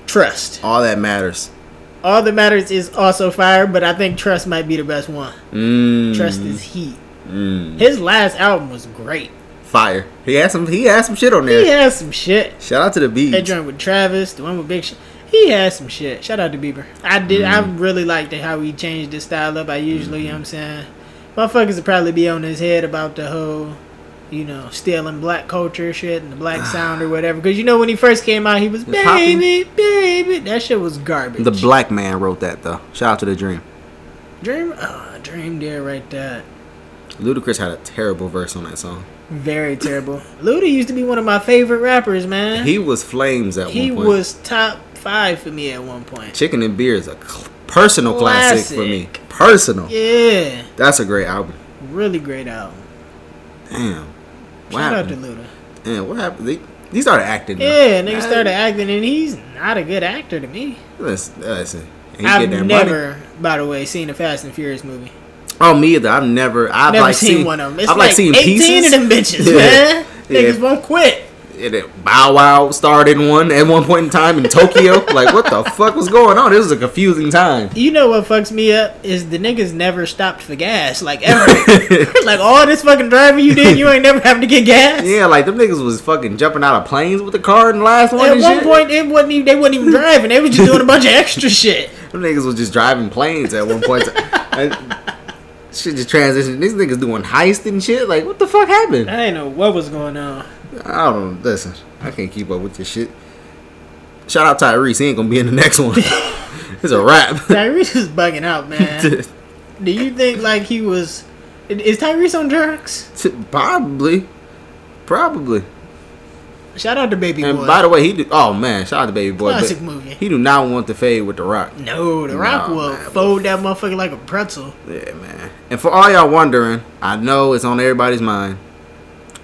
[SPEAKER 3] Trust.
[SPEAKER 4] All that matters.
[SPEAKER 3] All that matters is also fire, but I think Trust might be the best one.
[SPEAKER 4] Mm,
[SPEAKER 3] Trust is heat.
[SPEAKER 4] mm,
[SPEAKER 3] His last album was great.
[SPEAKER 4] fire. He had some. He had some shit on there.
[SPEAKER 3] He had some shit.
[SPEAKER 4] Shout out to the bees.
[SPEAKER 3] That joint with Travis, the one with Big Sean. He had some shit. Shout out to Bieber. I did.
[SPEAKER 4] Mm-hmm.
[SPEAKER 3] I really liked it, how he changed his style up. I usually, you know what I'm saying, motherfuckers would probably be on his head about the whole, you know, stealing black culture shit and the black sound or whatever. Because you know when he first came out, he was
[SPEAKER 4] Was popping.
[SPEAKER 3] baby, baby. That shit was garbage.
[SPEAKER 4] The black man wrote that though. Shout out to the dream.
[SPEAKER 3] dream. Oh, dream dear, right there.
[SPEAKER 4] Ludacris had a terrible verse on that song.
[SPEAKER 3] Very terrible. Luda used to be one of my favorite rappers, man. He,
[SPEAKER 4] He was flames at one point.
[SPEAKER 3] was top five for me at one point.
[SPEAKER 4] Chicken and Beer is a cl- personal classic. for me.
[SPEAKER 3] Classic.
[SPEAKER 4] Personal.
[SPEAKER 3] Yeah,
[SPEAKER 4] That's a great album.
[SPEAKER 3] really great album.
[SPEAKER 4] Damn. What
[SPEAKER 3] Shout out to
[SPEAKER 4] happened?
[SPEAKER 3] Luda.
[SPEAKER 4] Damn, what happened? They, he started acting. though.
[SPEAKER 3] Yeah, nigga started acting, and he's not a good actor to me.
[SPEAKER 4] Listen, listen. He
[SPEAKER 3] I've
[SPEAKER 4] get that
[SPEAKER 3] never,
[SPEAKER 4] Money.
[SPEAKER 3] by the way, seen a Fast and Furious movie.
[SPEAKER 4] Oh, me either. I've never. I've
[SPEAKER 3] Never
[SPEAKER 4] like
[SPEAKER 3] seen one of them. It's
[SPEAKER 4] I've
[SPEAKER 3] like,
[SPEAKER 4] like seen
[SPEAKER 3] 18
[SPEAKER 4] pieces.
[SPEAKER 3] of them bitches,
[SPEAKER 4] Yeah.
[SPEAKER 3] man.
[SPEAKER 4] Yeah.
[SPEAKER 3] Niggas won't quit.
[SPEAKER 4] And it- Bow Wow starred in one at one point in time in Tokyo. like, what the fuck was going on? This is a confusing time.
[SPEAKER 3] You know what fucks me up is the niggas never stopped for gas, like ever. like all this fucking driving you did, you ain't never having to get gas.
[SPEAKER 4] Yeah, like them niggas was fucking jumping out of planes with the car in the last one.
[SPEAKER 3] At
[SPEAKER 4] and
[SPEAKER 3] one
[SPEAKER 4] shit.
[SPEAKER 3] point, it wasn't even, they wasn't even driving. They was just doing a bunch of extra shit.
[SPEAKER 4] them niggas was just driving planes at one point. And shit just transitioned. These niggas doing heist and shit. Like, what the fuck happened?
[SPEAKER 3] I didn't know what was going on.
[SPEAKER 4] I don't know. Listen, I can't keep up with this shit. Shout out Tyrese. He ain't gonna be in the next one. it's a wrap.
[SPEAKER 3] Tyrese was bugging out, man. Do you think like he was? Is Tyrese on drugs?
[SPEAKER 4] Probably. Probably.
[SPEAKER 3] Shout out to Baby
[SPEAKER 4] And
[SPEAKER 3] Boy.
[SPEAKER 4] by the way, he do. Oh man, shout out to Baby Boy.
[SPEAKER 3] Classic
[SPEAKER 4] but
[SPEAKER 3] movie.
[SPEAKER 4] He do not want to fade with the Rock.
[SPEAKER 3] no, The Rock
[SPEAKER 4] Nah,
[SPEAKER 3] will
[SPEAKER 4] man,
[SPEAKER 3] fold that motherfucker like a pretzel.
[SPEAKER 4] Yeah, man. And for all y'all wondering, I know it's on everybody's mind.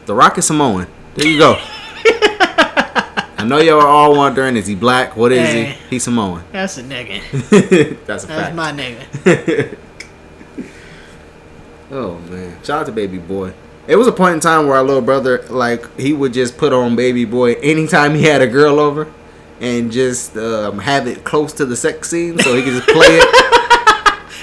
[SPEAKER 4] The Rock is Samoan. There you go. I know y'all are all wondering: Is he black? What is
[SPEAKER 3] Hey.
[SPEAKER 4] he? He's Samoan.
[SPEAKER 3] That's a nigga.
[SPEAKER 4] That's a
[SPEAKER 3] That's
[SPEAKER 4] fact.
[SPEAKER 3] my nigga.
[SPEAKER 4] Oh man! Shout out to Baby Boy. It was a point in time where our little brother, like, he would just put on Baby Boy anytime he had a girl over, and just um, have it close to the sex scene so he could just play it.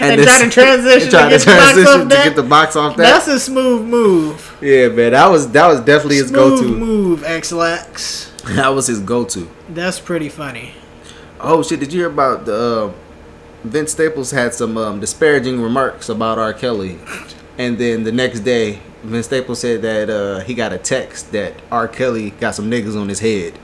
[SPEAKER 3] And try to transition to get the box off
[SPEAKER 4] to
[SPEAKER 3] that?
[SPEAKER 4] get the box off that.
[SPEAKER 3] That's a smooth move.
[SPEAKER 4] yeah, man, that was that was definitely his
[SPEAKER 3] Smooth
[SPEAKER 4] go-to.
[SPEAKER 3] move, X-Lax.
[SPEAKER 4] That was his go-to.
[SPEAKER 3] That's pretty funny.
[SPEAKER 4] Oh shit! Did you hear about the uh, Vince Staples had some um, disparaging remarks about R. Kelly, and then the next day Vince Staples said that uh, he got a text that R. Kelly got some niggas on his head.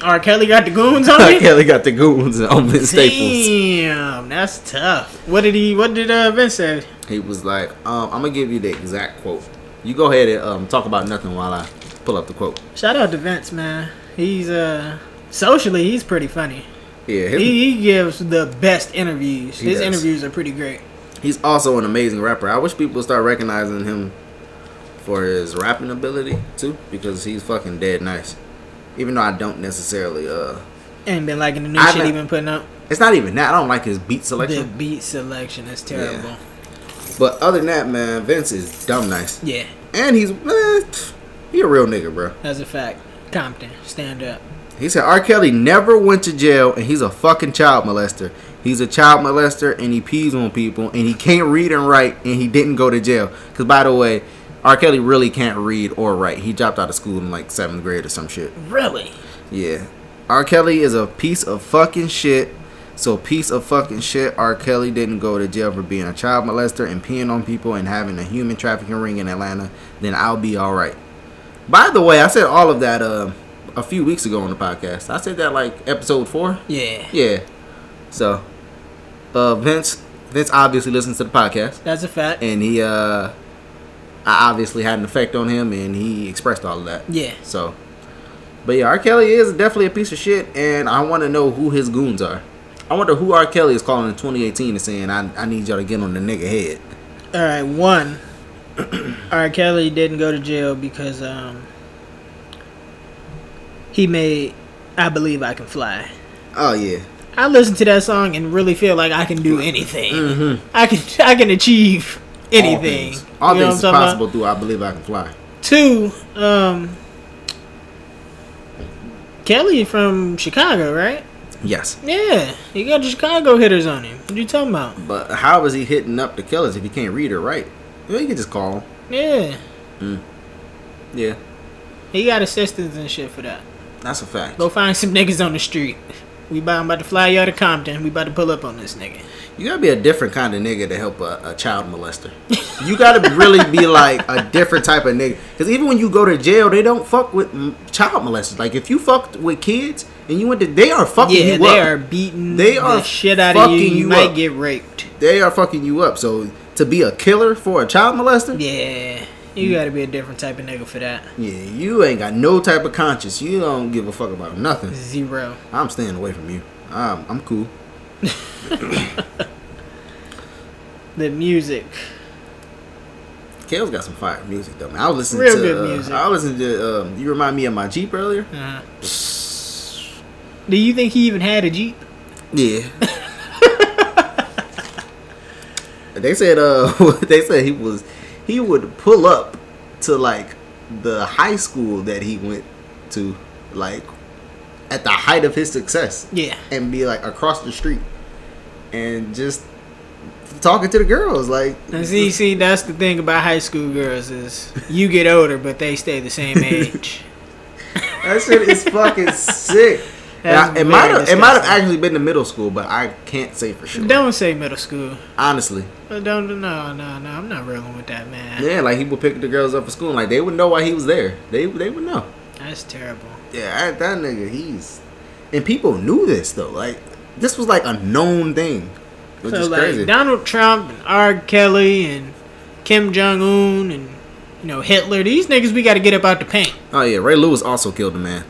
[SPEAKER 3] R. Kelly got the goons on
[SPEAKER 4] R.
[SPEAKER 3] me.
[SPEAKER 4] Kelly got the goons on Vince Staples.
[SPEAKER 3] Damn, that's tough. What did he? What did uh, Vince say?
[SPEAKER 4] He was like, um, "I'm gonna give you the exact quote. You go ahead and um, talk about nothing while I pull up the quote."
[SPEAKER 3] Shout out to Vince, man. He's uh socially he's pretty funny.
[SPEAKER 4] Yeah, his-
[SPEAKER 3] He, he gives the best interviews.
[SPEAKER 4] He
[SPEAKER 3] His
[SPEAKER 4] does.
[SPEAKER 3] interviews are pretty great.
[SPEAKER 4] he's also an amazing rapper. I wish people would start recognizing him for his rapping ability too, because he's fucking dead nice. Even though I don't necessarily, uh,
[SPEAKER 3] Ain't been liking the new
[SPEAKER 4] I
[SPEAKER 3] shit
[SPEAKER 4] know.
[SPEAKER 3] he been putting up.
[SPEAKER 4] it's not even that. I don't like his beat
[SPEAKER 3] The
[SPEAKER 4] selection.
[SPEAKER 3] beat selection is terrible.
[SPEAKER 4] But other than that, man, Vince is dumb nice,
[SPEAKER 3] Yeah,
[SPEAKER 4] and he's eh, he a real nigga, bro.
[SPEAKER 3] that's a fact. Compton, stand up.
[SPEAKER 4] He said R. Kelly never went to jail, and he's a fucking child molester. He's a child molester, and he pees on people, and he can't read and write, and he didn't go to jail. Because by the way, R. Kelly really can't read or write. He dropped out of school in like seventh grade or some shit.
[SPEAKER 3] Really?
[SPEAKER 4] Yeah, R. Kelly is a piece of fucking shit. So piece of fucking shit. R. Kelly didn't go to jail for being a child molester and peeing on people and having a human trafficking ring in Atlanta. Then I'll be all right. By the way, I said all of that uh, a few weeks ago on the podcast. I said that like episode four.
[SPEAKER 3] Yeah.
[SPEAKER 4] Yeah. So, uh, Vince, Vince obviously listens to the podcast,
[SPEAKER 3] That's a fact.
[SPEAKER 4] and he, uh, I obviously had an effect on him, and he expressed all of that.
[SPEAKER 3] Yeah.
[SPEAKER 4] So, but yeah, R. Kelly is definitely a piece of shit, and I want to know who his goons are. I wonder who R. Kelly is calling in 2018 and saying, "I, I need y'all to get on the nigga head."
[SPEAKER 3] All right, one. R. Kelly didn't go to jail because um he made "I Believe I Can Fly."
[SPEAKER 4] Oh yeah,
[SPEAKER 3] I listen to that song and really feel like I can do anything. I can I can achieve anything.
[SPEAKER 4] Mm-hmm. All things, all
[SPEAKER 3] You know
[SPEAKER 4] things is
[SPEAKER 3] what I'm talking
[SPEAKER 4] possible through "I Believe I Can Fly."
[SPEAKER 3] about? Two. Um, Kelly from Chicago, right?
[SPEAKER 4] Yes,
[SPEAKER 3] Yeah, he got the Chicago hitters on him. What you talking about?
[SPEAKER 4] but how is he hitting up the killers if he can't read or write? Well, you can just call him.
[SPEAKER 3] Yeah,
[SPEAKER 4] Yeah,
[SPEAKER 3] he got assistants and shit for that.
[SPEAKER 4] that's a fact.
[SPEAKER 3] Go find some niggas on the street. We about, I'm about to fly y'all to Compton. We about to pull up on this nigga.
[SPEAKER 4] You gotta be a different kind of nigga to help a, a child molester. You gotta really be like a different type of nigga. Because even when you go to jail, they don't fuck with m- child molesters. Like if you fucked with kids and you went to, they are fucking
[SPEAKER 3] yeah,
[SPEAKER 4] you
[SPEAKER 3] they
[SPEAKER 4] up.
[SPEAKER 3] are beating
[SPEAKER 4] They
[SPEAKER 3] the
[SPEAKER 4] are
[SPEAKER 3] shit out of you.
[SPEAKER 4] fucking
[SPEAKER 3] You,
[SPEAKER 4] you
[SPEAKER 3] might
[SPEAKER 4] up.
[SPEAKER 3] get raped.
[SPEAKER 4] They are fucking you up. So to be a killer for a child molester,
[SPEAKER 3] Yeah, you gotta be a different type of nigga for that.
[SPEAKER 4] yeah, you ain't got no type of conscience. You don't give a fuck about nothing.
[SPEAKER 3] Zero.
[SPEAKER 4] I'm staying away from you. I'm, I'm cool.
[SPEAKER 3] The music.
[SPEAKER 4] Kale's got some fire music though. Man, I was listening
[SPEAKER 3] Real
[SPEAKER 4] to
[SPEAKER 3] good
[SPEAKER 4] uh,
[SPEAKER 3] music.
[SPEAKER 4] I was listening to. Um, you remind me of my Jeep earlier.
[SPEAKER 3] Uh, do you think he even had a jeep?
[SPEAKER 4] Yeah. they said uh they said he was he would pull up to like the high school that he went to like at the height of his success
[SPEAKER 3] Yeah.
[SPEAKER 4] and be like across the street and just talking to the girls like
[SPEAKER 3] And see, see, that's the thing about high school girls is you get older, but they stay the same age.
[SPEAKER 4] that shit is fucking sick. And I-
[SPEAKER 3] That's
[SPEAKER 4] it might have
[SPEAKER 3] very
[SPEAKER 4] it might have
[SPEAKER 3] disgusting.
[SPEAKER 4] actually been the middle school, but I can't say for sure.
[SPEAKER 3] Don't say middle school.
[SPEAKER 4] Honestly.
[SPEAKER 3] But Don't no no no. I'm not rolling with that man.
[SPEAKER 4] Yeah, like he would pick the girls up for school, and like they would know why he was there. They they would know.
[SPEAKER 3] That's terrible.
[SPEAKER 4] Yeah, I, that nigga, he's and people knew this though. Like this was like a known thing, which
[SPEAKER 3] so
[SPEAKER 4] is
[SPEAKER 3] like
[SPEAKER 4] crazy.
[SPEAKER 3] Donald Trump and R. Kelly and Kim Jong Un and you know Hitler. These niggas we got to get up out the paint.
[SPEAKER 4] oh yeah, Ray Lewis also killed a man.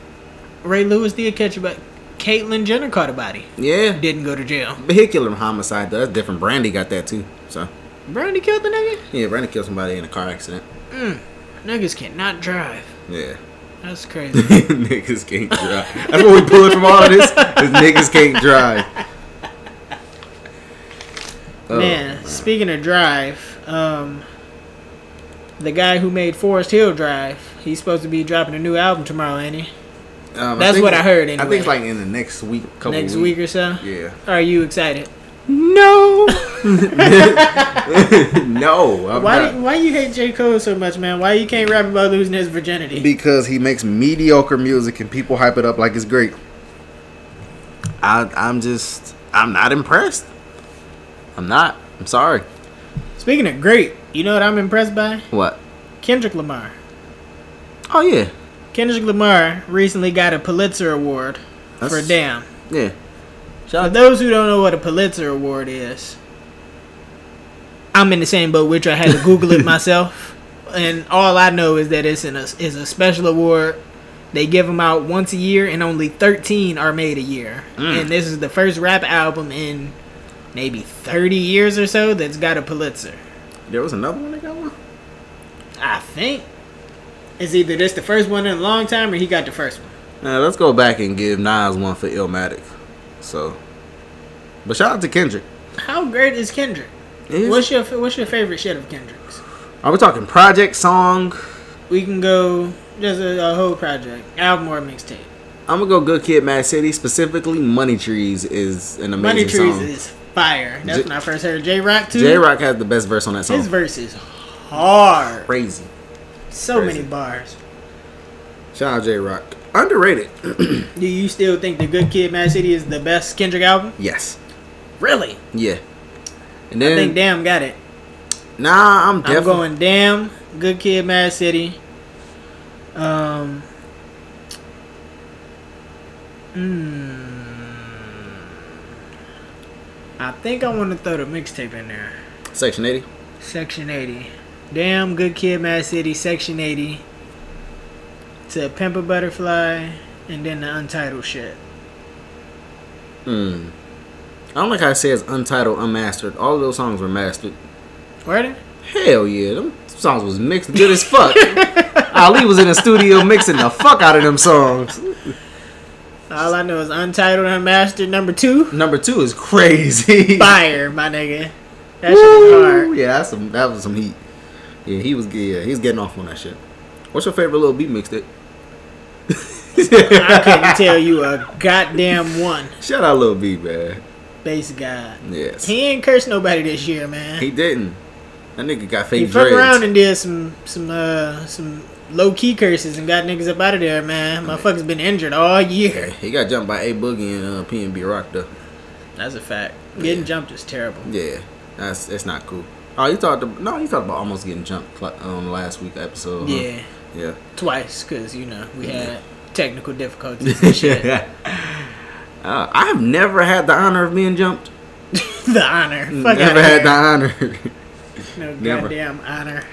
[SPEAKER 3] Ray Lewis did catch a body. Caitlyn Jenner caught a body.
[SPEAKER 4] Yeah,
[SPEAKER 3] Didn't go to jail.
[SPEAKER 4] vehicular homicide. Though. That's different. Brandy got that too. So
[SPEAKER 3] Brandy killed the nigga.
[SPEAKER 4] yeah, Brandy killed somebody in a car accident.
[SPEAKER 3] Niggas cannot drive.
[SPEAKER 4] Yeah.
[SPEAKER 3] That's crazy.
[SPEAKER 4] niggas can't drive. That's what we pulling from all of this. Is niggas can't drive. Oh,
[SPEAKER 3] man, speaking of drive, um, the guy who made Forest Hill Drive, he's supposed to be dropping a new album tomorrow, ain't he?
[SPEAKER 4] Um,
[SPEAKER 3] That's
[SPEAKER 4] think-
[SPEAKER 3] what I heard
[SPEAKER 4] I
[SPEAKER 3] anyway.
[SPEAKER 4] think it's like in the next week, couple
[SPEAKER 3] Next week or so.
[SPEAKER 4] Oh. Yeah.
[SPEAKER 3] Are you excited?
[SPEAKER 4] No. no. I'm
[SPEAKER 3] Why
[SPEAKER 4] not.
[SPEAKER 3] do, why you hate J Cole so much, man? Why you can't rap about losing his virginity?
[SPEAKER 4] because he makes mediocre music and people hype it up like it's great. I I'm just I'm not impressed. I'm not. I'm sorry.
[SPEAKER 3] Speaking of great, you know what I'm impressed by?
[SPEAKER 4] What?
[SPEAKER 3] Kendrick Lamar.
[SPEAKER 4] Oh yeah.
[SPEAKER 3] Kendrick Lamar recently got a Pulitzer Award for
[SPEAKER 4] That's-
[SPEAKER 3] Damn.
[SPEAKER 4] Yeah.
[SPEAKER 3] For those who don't know what a Pulitzer Award is, I'm in the same boat which I had to Google it myself, and all I know is that it's in a, is a special award. They give them out once a year, and only 13 are made a year. And this is the first rap album in maybe 30 years or so that's got a Pulitzer.
[SPEAKER 4] There was another one that got one.
[SPEAKER 3] I think it's either this the first one in a long time, or he got the first one.
[SPEAKER 4] Now let's go back and give Nas one for Illmatic. So, but shout out to Kendrick.
[SPEAKER 3] How great is Kendrick?
[SPEAKER 4] Is-
[SPEAKER 3] What's your what's your favorite shit of Kendrick's?
[SPEAKER 4] Are we talking project song?
[SPEAKER 3] We can go just a, a whole project, album or mixtape.
[SPEAKER 4] I'm gonna go Good Kid, Mad City. Specifically, Money Trees is an amazing
[SPEAKER 3] Money Trees
[SPEAKER 4] song.
[SPEAKER 3] is fire. That's
[SPEAKER 4] J-
[SPEAKER 3] when I first heard J Rock too.
[SPEAKER 4] J Rock has the best verse on that song.
[SPEAKER 3] His verse is hard.
[SPEAKER 4] crazy.
[SPEAKER 3] So
[SPEAKER 4] crazy.
[SPEAKER 3] many bars.
[SPEAKER 4] Shout out J Rock. underrated.
[SPEAKER 3] Do you still think the Good Kid, Mad City is the best Kendrick album?
[SPEAKER 4] yes.
[SPEAKER 3] Really?
[SPEAKER 4] Yeah. And
[SPEAKER 3] I
[SPEAKER 4] then
[SPEAKER 3] think Damn got it.
[SPEAKER 4] nah, I'm
[SPEAKER 3] I'm
[SPEAKER 4] definitely
[SPEAKER 3] going Damn, Good Kid, Mad City. Um. hmm. Mm, I think I want to throw the mixtape in there.
[SPEAKER 4] Section 80.
[SPEAKER 3] Section 80. Damn, Good Kid, Mad City, Section 80. To Pimp a Butterfly, and then the Untitled shit.
[SPEAKER 4] Hmm. I don't like how it says untitled, unmastered. All of those songs were mastered.
[SPEAKER 3] Ready?
[SPEAKER 4] Hell yeah, them songs was mixed good as fuck. Ali was in the studio mixing the fuck out of them songs.
[SPEAKER 3] All I know is Untitled Unmastered number two.
[SPEAKER 4] Number two is crazy.
[SPEAKER 3] Fire, my nigga. That shit
[SPEAKER 4] Woo!
[SPEAKER 3] was hard.
[SPEAKER 4] Yeah, that's some that was some heat. Yeah, he was yeah, he's getting off on that shit. What's your favorite little beat mixtape?
[SPEAKER 3] I couldn't tell you a goddamn one.
[SPEAKER 4] Shout out Lil B, man.
[SPEAKER 3] Base God.
[SPEAKER 4] Yes.
[SPEAKER 3] He ain't cursed nobody this year, man.
[SPEAKER 4] He didn't. That nigga got
[SPEAKER 3] He
[SPEAKER 4] fake
[SPEAKER 3] fucked
[SPEAKER 4] dreads.
[SPEAKER 3] around and did some some uh some low key curses and got niggas up out of there, man. Motherfucker's been injured all year.
[SPEAKER 4] Yeah, he got jumped by A Boogie and uh, P and B Rock though.
[SPEAKER 3] That's a fact. Getting
[SPEAKER 4] Yeah.
[SPEAKER 3] jumped is terrible.
[SPEAKER 4] Yeah, that's that's not cool. Oh, you talked about, no, you talked about almost getting jumped on um, last week episode. huh?
[SPEAKER 3] Yeah,
[SPEAKER 4] yeah.
[SPEAKER 3] twice because you know we had technical difficulties and shit.
[SPEAKER 4] uh, I have never had the honor of being jumped.
[SPEAKER 3] the honor, fuck
[SPEAKER 4] Mm, never
[SPEAKER 3] outta
[SPEAKER 4] had
[SPEAKER 3] here.
[SPEAKER 4] the honor.
[SPEAKER 3] No
[SPEAKER 4] Never.
[SPEAKER 3] goddamn honor.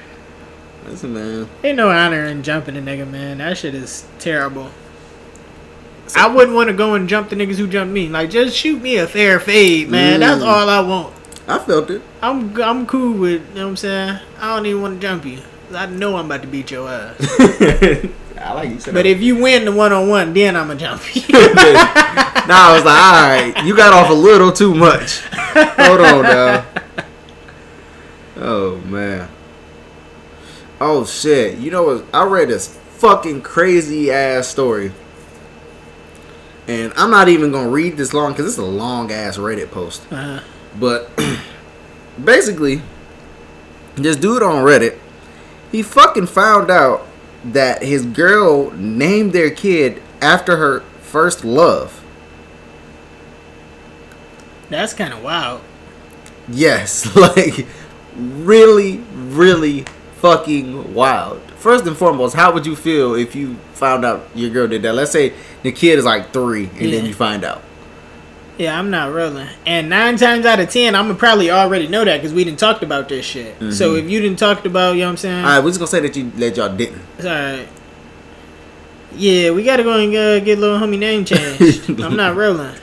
[SPEAKER 4] Listen, man.
[SPEAKER 3] Ain't no honor in jumping a nigga, man. That shit is terrible. I wouldn't want to go and jump the niggas who jumped me. Like, just shoot me a fair fade, man. That's
[SPEAKER 4] Mm.
[SPEAKER 3] all I want.
[SPEAKER 4] I felt it.
[SPEAKER 3] I'm I'm cool with. You know what I'm saying? I don't even want to jump you. I know I'm about to beat your ass.
[SPEAKER 4] I like you. said
[SPEAKER 3] but
[SPEAKER 4] that.
[SPEAKER 3] if you win the one on one, then I'ma jump you.
[SPEAKER 4] nah, I was like, all right, you got off a little too much. Hold on, now. Oh man. Oh shit. You know what? I read this fucking crazy ass story, and I'm not even gonna read this long because it's a long ass Reddit post.
[SPEAKER 3] uh,
[SPEAKER 4] But basically, this dude on Reddit, he fucking found out that his girl named their kid after her first love.
[SPEAKER 3] that's kind of wild.
[SPEAKER 4] Yes, like really, really fucking wild. First and foremost, how would you feel if you found out your girl did that? Let's say the kid is like three, and then
[SPEAKER 3] Yeah.
[SPEAKER 4] you find out.
[SPEAKER 3] Yeah, I'm not rolling. And nine times out of ten, I'm probably already know that because we didn't talked about this shit. So if you didn't talked about, you know what I'm saying?
[SPEAKER 4] All right, we're just gonna say that you that y'all didn't.
[SPEAKER 3] It's alright. Yeah, we gotta go and uh, get little homie name changed. I'm not rolling.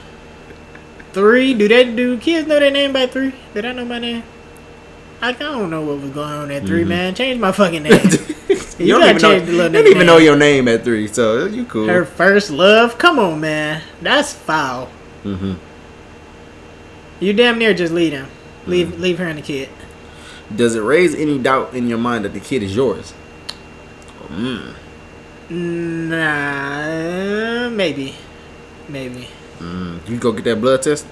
[SPEAKER 3] Three? Do they do kids know their name by three? Did I know my name? I, I don't know what was going on at 3 man. Change my fucking name.
[SPEAKER 4] You,
[SPEAKER 3] You
[SPEAKER 4] don't
[SPEAKER 3] gotta
[SPEAKER 4] even know.
[SPEAKER 3] change the
[SPEAKER 4] You
[SPEAKER 3] little
[SPEAKER 4] don't even
[SPEAKER 3] nigga
[SPEAKER 4] know
[SPEAKER 3] name.
[SPEAKER 4] your name at three, so you cool.
[SPEAKER 3] Her first love. Come on, man. That's foul.
[SPEAKER 4] Mhm.
[SPEAKER 3] You damn near just leave him. Leave leave her and the kid.
[SPEAKER 4] Does it raise any doubt in your mind that the kid is yours?
[SPEAKER 3] Nah, maybe, maybe.
[SPEAKER 4] Mm, you go get that blood test.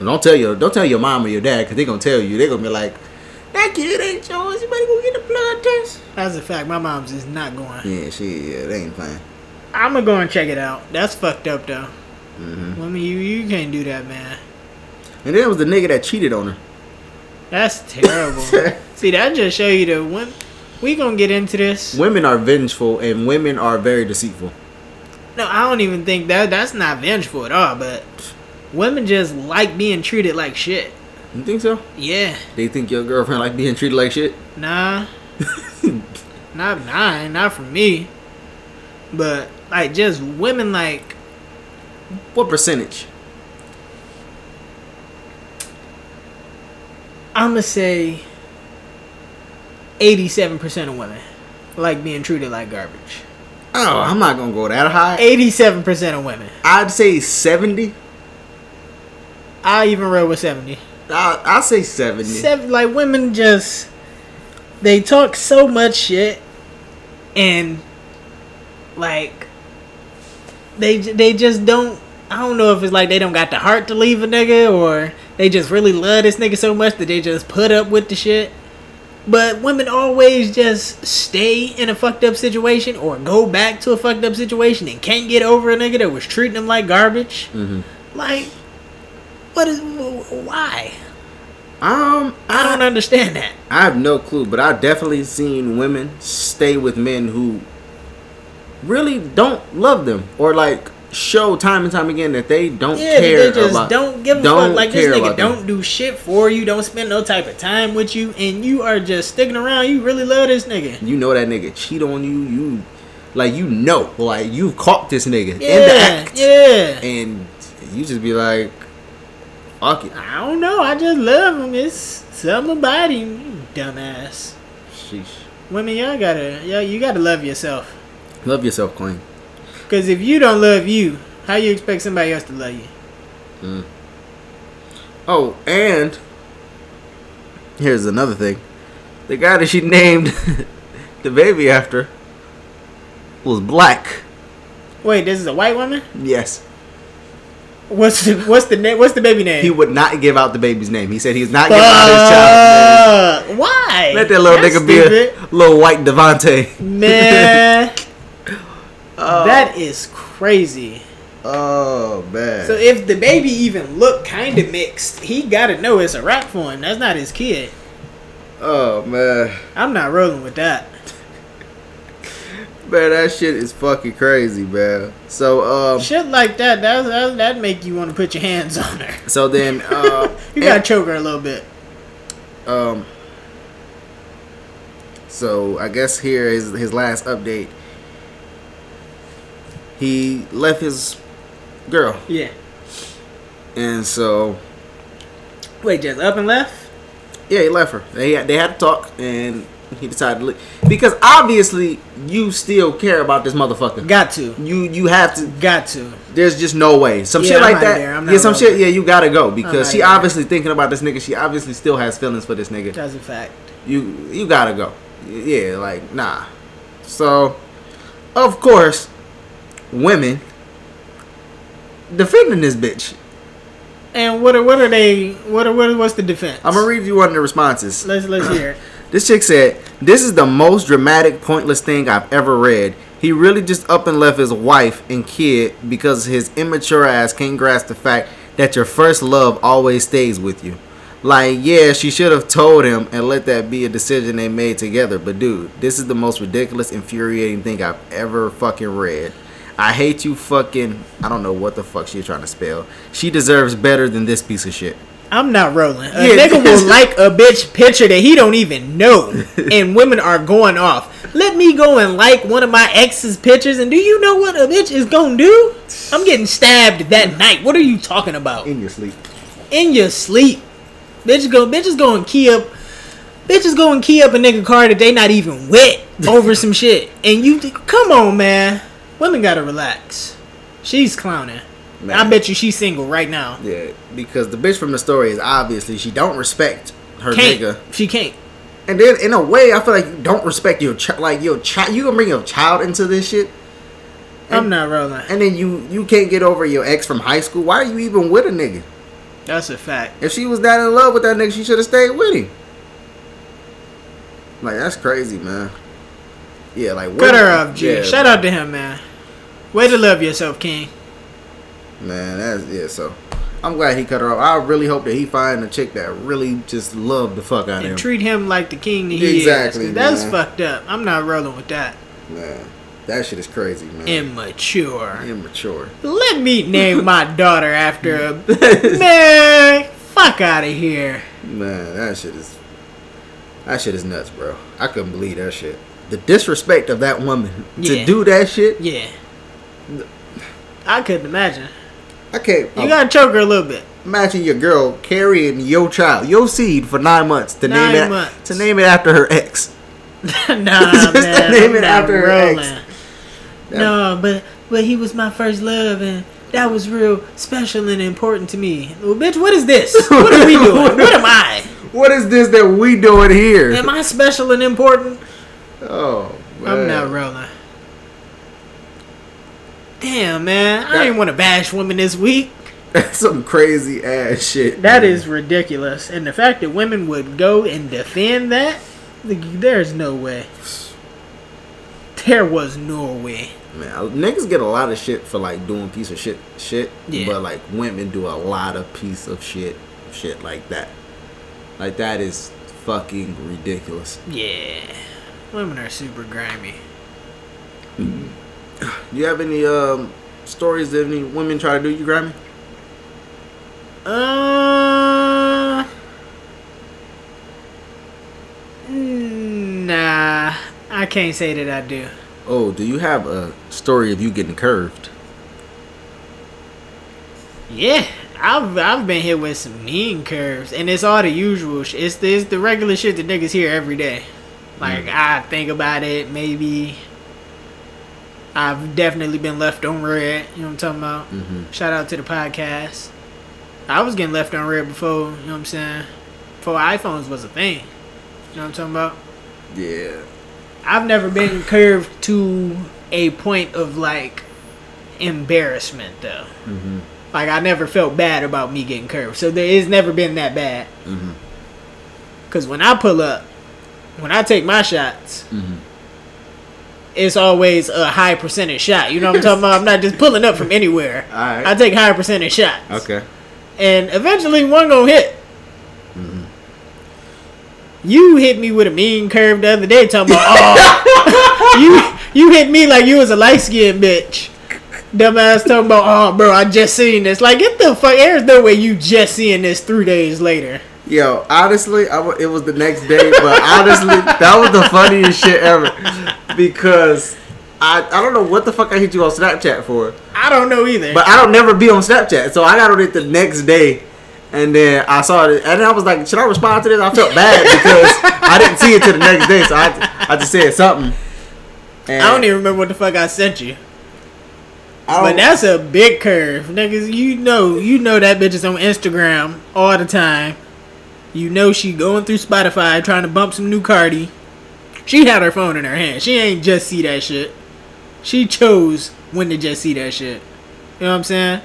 [SPEAKER 4] And don't tell your don't tell your mom or your dad because they're gonna tell you. They're gonna be like, "That kid ain't yours. You better go get the blood test."
[SPEAKER 3] That's a fact. My mom's is not going.
[SPEAKER 4] Yeah, she yeah, they ain't playing.
[SPEAKER 3] I'm gonna go and check it out. That's fucked up though. Women, you you can't do that, man.
[SPEAKER 4] And then it was the nigga that cheated on her.
[SPEAKER 3] That's terrible. See, that just show you the one. We gonna get into this.
[SPEAKER 4] Women are vengeful and women are very deceitful.
[SPEAKER 3] No, I don't even think that that's not vengeful at all. But women just like being treated like shit.
[SPEAKER 4] You think so?
[SPEAKER 3] Yeah,
[SPEAKER 4] They think your girlfriend like being treated like shit.
[SPEAKER 3] nah, not nine, not for me. But like, just women like
[SPEAKER 4] what percentage?
[SPEAKER 3] I'm gonna say 87% of women like being treated like garbage.
[SPEAKER 4] Oh, I'm not gonna go that high.
[SPEAKER 3] 87% of women.
[SPEAKER 4] I'd say seventy.
[SPEAKER 3] I even roll with 70.
[SPEAKER 4] I I'd say seventy.
[SPEAKER 3] Seven, like women just they talk so much shit and like they j- they just don't I don't know if it's like they don't got the heart to leave a nigga or they just really love this nigga so much that they just put up with the shit. But women always just stay in a fucked up situation or go back to a fucked up situation and can't get over a nigga that was treating them like garbage. Like, what is why?
[SPEAKER 4] Um,
[SPEAKER 3] I don't understand that.
[SPEAKER 4] I have no clue, but I've definitely seen women stay with men who really don't love them or like show time and time again that they don't
[SPEAKER 3] Yeah,
[SPEAKER 4] care
[SPEAKER 3] they just
[SPEAKER 4] about.
[SPEAKER 3] don't give a
[SPEAKER 4] don't
[SPEAKER 3] fuck. Like this
[SPEAKER 4] care
[SPEAKER 3] nigga
[SPEAKER 4] about
[SPEAKER 3] don't
[SPEAKER 4] them.
[SPEAKER 3] do shit for you, don't spend no type of time with you, and you are just sticking around. You really love this nigga.
[SPEAKER 4] You know that nigga cheat on you. You like you know like you caught this nigga in the
[SPEAKER 3] Yeah,
[SPEAKER 4] act,
[SPEAKER 3] yeah.
[SPEAKER 4] and you just be like, fuck it.
[SPEAKER 3] I don't know. I just love him. It's something about him, you dumbass.
[SPEAKER 4] Sheesh.
[SPEAKER 3] Women, y'all gotta, y'all, you gotta love yourself.
[SPEAKER 4] Love yourself, Queen.
[SPEAKER 3] Cause if you don't love you, how you expect somebody else to love you?
[SPEAKER 4] Oh, and here's another thing. The guy that she named the baby after was black.
[SPEAKER 3] Wait, this is a white woman.
[SPEAKER 4] Yes.
[SPEAKER 3] What's the what's the name? What's the baby name?
[SPEAKER 4] He would not give out the baby's name. He said he was not giving out his child's name.
[SPEAKER 3] Fuck. Why?
[SPEAKER 4] Let that little
[SPEAKER 3] That's
[SPEAKER 4] nigga be
[SPEAKER 3] stupid.
[SPEAKER 4] a little white Devante.
[SPEAKER 3] Man, that is crazy.
[SPEAKER 4] Oh man.
[SPEAKER 3] So if the baby even look kind of mixed, he gotta know it's a rap for him. That's not his kid.
[SPEAKER 4] oh man.
[SPEAKER 3] I'm not rolling with that.
[SPEAKER 4] Man, that shit is fucking crazy, man. So um
[SPEAKER 3] Shit like that, that that that make you want to put your hands on her.
[SPEAKER 4] so then uh
[SPEAKER 3] You gotta choke her a little bit.
[SPEAKER 4] Um. So I guess here is his last update. He left his girl,
[SPEAKER 3] Yeah.
[SPEAKER 4] and so
[SPEAKER 3] Wait, just up and left?
[SPEAKER 4] yeah, he left her. They had, they had to talk, and he decided to leave because obviously you still care about this motherfucker.
[SPEAKER 3] Got to.
[SPEAKER 4] you you have to.
[SPEAKER 3] Got to.
[SPEAKER 4] There's just no way. Some
[SPEAKER 3] Yeah,
[SPEAKER 4] shit
[SPEAKER 3] I'm
[SPEAKER 4] like
[SPEAKER 3] outta
[SPEAKER 4] that.
[SPEAKER 3] there. I'm
[SPEAKER 4] Yeah,
[SPEAKER 3] not
[SPEAKER 4] some
[SPEAKER 3] about
[SPEAKER 4] shit.
[SPEAKER 3] it.
[SPEAKER 4] Yeah, you gotta go because
[SPEAKER 3] outta
[SPEAKER 4] she
[SPEAKER 3] there.
[SPEAKER 4] obviously thinking about this nigga. She obviously still has feelings for this nigga.
[SPEAKER 3] That's a fact.
[SPEAKER 4] you you gotta go. Yeah, like nah. So, of course, women defending this bitch.
[SPEAKER 3] And what are what are they? What are what? What's the defense?
[SPEAKER 4] I'm gonna read you one of the responses.
[SPEAKER 3] Let's let's hear. it.
[SPEAKER 4] This chick said, "This is the most dramatic, pointless thing I've ever read." He really just up and left his wife and kid because his immature ass can't grasp the fact that your first love always stays with you. Like, yeah, she should have told him and let that be a decision they made together. But dude, this is the most ridiculous, infuriating thing I've ever fucking read. I hate you fucking I don't know what the fuck she's trying to spell. She deserves better than this piece of shit.
[SPEAKER 3] I'm not rolling. A
[SPEAKER 4] Yeah.
[SPEAKER 3] nigga will like a bitch picture that he don't even know, and women are going off. Let me go and like one of my ex's pictures, and do you know what a bitch is gonna do? I'm getting stabbed that night. What are you talking about?
[SPEAKER 4] In your sleep.
[SPEAKER 3] In your sleep, bitch go. Bitch is going key up. Bitch is going key up a nigga car that they not even wet over some shit, and you come on, man. Women gotta relax. She's clowning. I
[SPEAKER 4] Man.
[SPEAKER 3] bet you she's single right now.
[SPEAKER 4] Yeah, because the bitch from the story is obviously she don't respect her
[SPEAKER 3] Can't.
[SPEAKER 4] nigga,
[SPEAKER 3] She can't.
[SPEAKER 4] and then in a way I feel like you don't respect your child. Like your child, you gonna bring your child into this shit,
[SPEAKER 3] I'm not rolling.
[SPEAKER 4] and then you you can't get over your ex from high school. Why are you even with a nigga?
[SPEAKER 3] That's a fact.
[SPEAKER 4] If she was that in love with that nigga, she should have stayed with him. Like that's crazy, man. Yeah, like
[SPEAKER 3] Cut
[SPEAKER 4] what-
[SPEAKER 3] her off, G.
[SPEAKER 4] yeah,
[SPEAKER 3] Shout out to him, man. Way to love yourself, King.
[SPEAKER 4] man. That's yeah. So I'm glad he cut her off. I really hope that he find a chick that really just loved the fuck out
[SPEAKER 3] And
[SPEAKER 4] of him.
[SPEAKER 3] treat him like the king that he is.
[SPEAKER 4] Exactly,
[SPEAKER 3] 'cause That's
[SPEAKER 4] man.
[SPEAKER 3] fucked up. I'm not rolling with that.
[SPEAKER 4] man, that shit is crazy, man.
[SPEAKER 3] Immature.
[SPEAKER 4] Immature.
[SPEAKER 3] Let me name my daughter after a man. Fuck out of here.
[SPEAKER 4] Man, that shit is that shit is nuts, bro. I couldn't believe that shit. The disrespect of that woman to
[SPEAKER 3] Yeah.
[SPEAKER 4] do that shit.
[SPEAKER 3] Yeah. I couldn't imagine.
[SPEAKER 4] I can't
[SPEAKER 3] You gotta choke her a little bit.
[SPEAKER 4] imagine your girl carrying your child, your seed for nine months to
[SPEAKER 3] Nine
[SPEAKER 4] name it
[SPEAKER 3] months.
[SPEAKER 4] to name it after her ex.
[SPEAKER 3] nah, man.
[SPEAKER 4] Just to name
[SPEAKER 3] I'm
[SPEAKER 4] it
[SPEAKER 3] not
[SPEAKER 4] after her ex.
[SPEAKER 3] rolling.
[SPEAKER 4] That-
[SPEAKER 3] No, but but he was my first love, and that was real special and important to me. Well, bitch, what is this? What are we doing? What am I?
[SPEAKER 4] What is this that we doing here?
[SPEAKER 3] Am I special and important?
[SPEAKER 4] oh, man.
[SPEAKER 3] I'm not rolling. Damn, man, I
[SPEAKER 4] That-
[SPEAKER 3] didn't want to bash women this week.
[SPEAKER 4] That's some crazy ass shit.
[SPEAKER 3] That
[SPEAKER 4] man.
[SPEAKER 3] is ridiculous, and the fact that women would go and defend that, Nigga, There's no way. There was no way.
[SPEAKER 4] Man, I- niggas get a lot of shit for like doing piece of shit shit,
[SPEAKER 3] Yeah.
[SPEAKER 4] but like women do a lot of piece of shit shit like that. Like that is fucking ridiculous.
[SPEAKER 3] Yeah. Women are super grimy.
[SPEAKER 4] You have any um stories that any women try to do you, Grammy?
[SPEAKER 3] Uh, nah, I can't say that I do.
[SPEAKER 4] Oh, do you have a story of you getting curved?
[SPEAKER 3] Yeah, I've I've been hit with some mean curves, and it's all the usual. Sh- it's the, it's the regular shit that niggas hear every day. Like I think about it, maybe. I've definitely been left on red. You know what I'm talking about?
[SPEAKER 4] Mhm.
[SPEAKER 3] Shout out to the podcast. I was getting left on red before. You know what I'm saying? Before iPhones was a thing. You know what I'm talking about?
[SPEAKER 4] Yeah.
[SPEAKER 3] I've never been curved to a point of like embarrassment though. Like I never felt bad about me getting curved, so there it's never been that bad. Cause when I pull up, when I take my shots, it's always a high percentage shot. You know what I'm talking about? I'm not just pulling up from anywhere.
[SPEAKER 4] Alright.
[SPEAKER 3] I take high percentage shots,
[SPEAKER 4] Okay.
[SPEAKER 3] and eventually one gonna hit. Mm-hmm. You hit me with a mean curve the other day, talking about oh, you you hit me like you was a light skinned bitch. Dumbass talking about oh bro, I just seen this. Like get the fuck. There's no way you just seeing this three days later.
[SPEAKER 4] Yo, honestly, I wa it was the next day, but honestly, that was the funniest shit ever because I I don't know what the fuck I hit you on Snapchat for.
[SPEAKER 3] I don't know either.
[SPEAKER 4] But I don't never be on Snapchat, so I got on it the next day, and then I saw it, and I was like, should I respond to this? I felt bad because I didn't see it till the next day, so I, I just said something. And
[SPEAKER 3] I don't even remember what the fuck I sent you.
[SPEAKER 4] I don't-
[SPEAKER 3] But that's a big curve, niggas. You know, you know that bitch is on Instagram all the time. You know she going through Spotify trying to bump some new Cardi. She had her phone in her hand. She ain't just see that shit. She chose when to just see that shit. You know what I'm saying?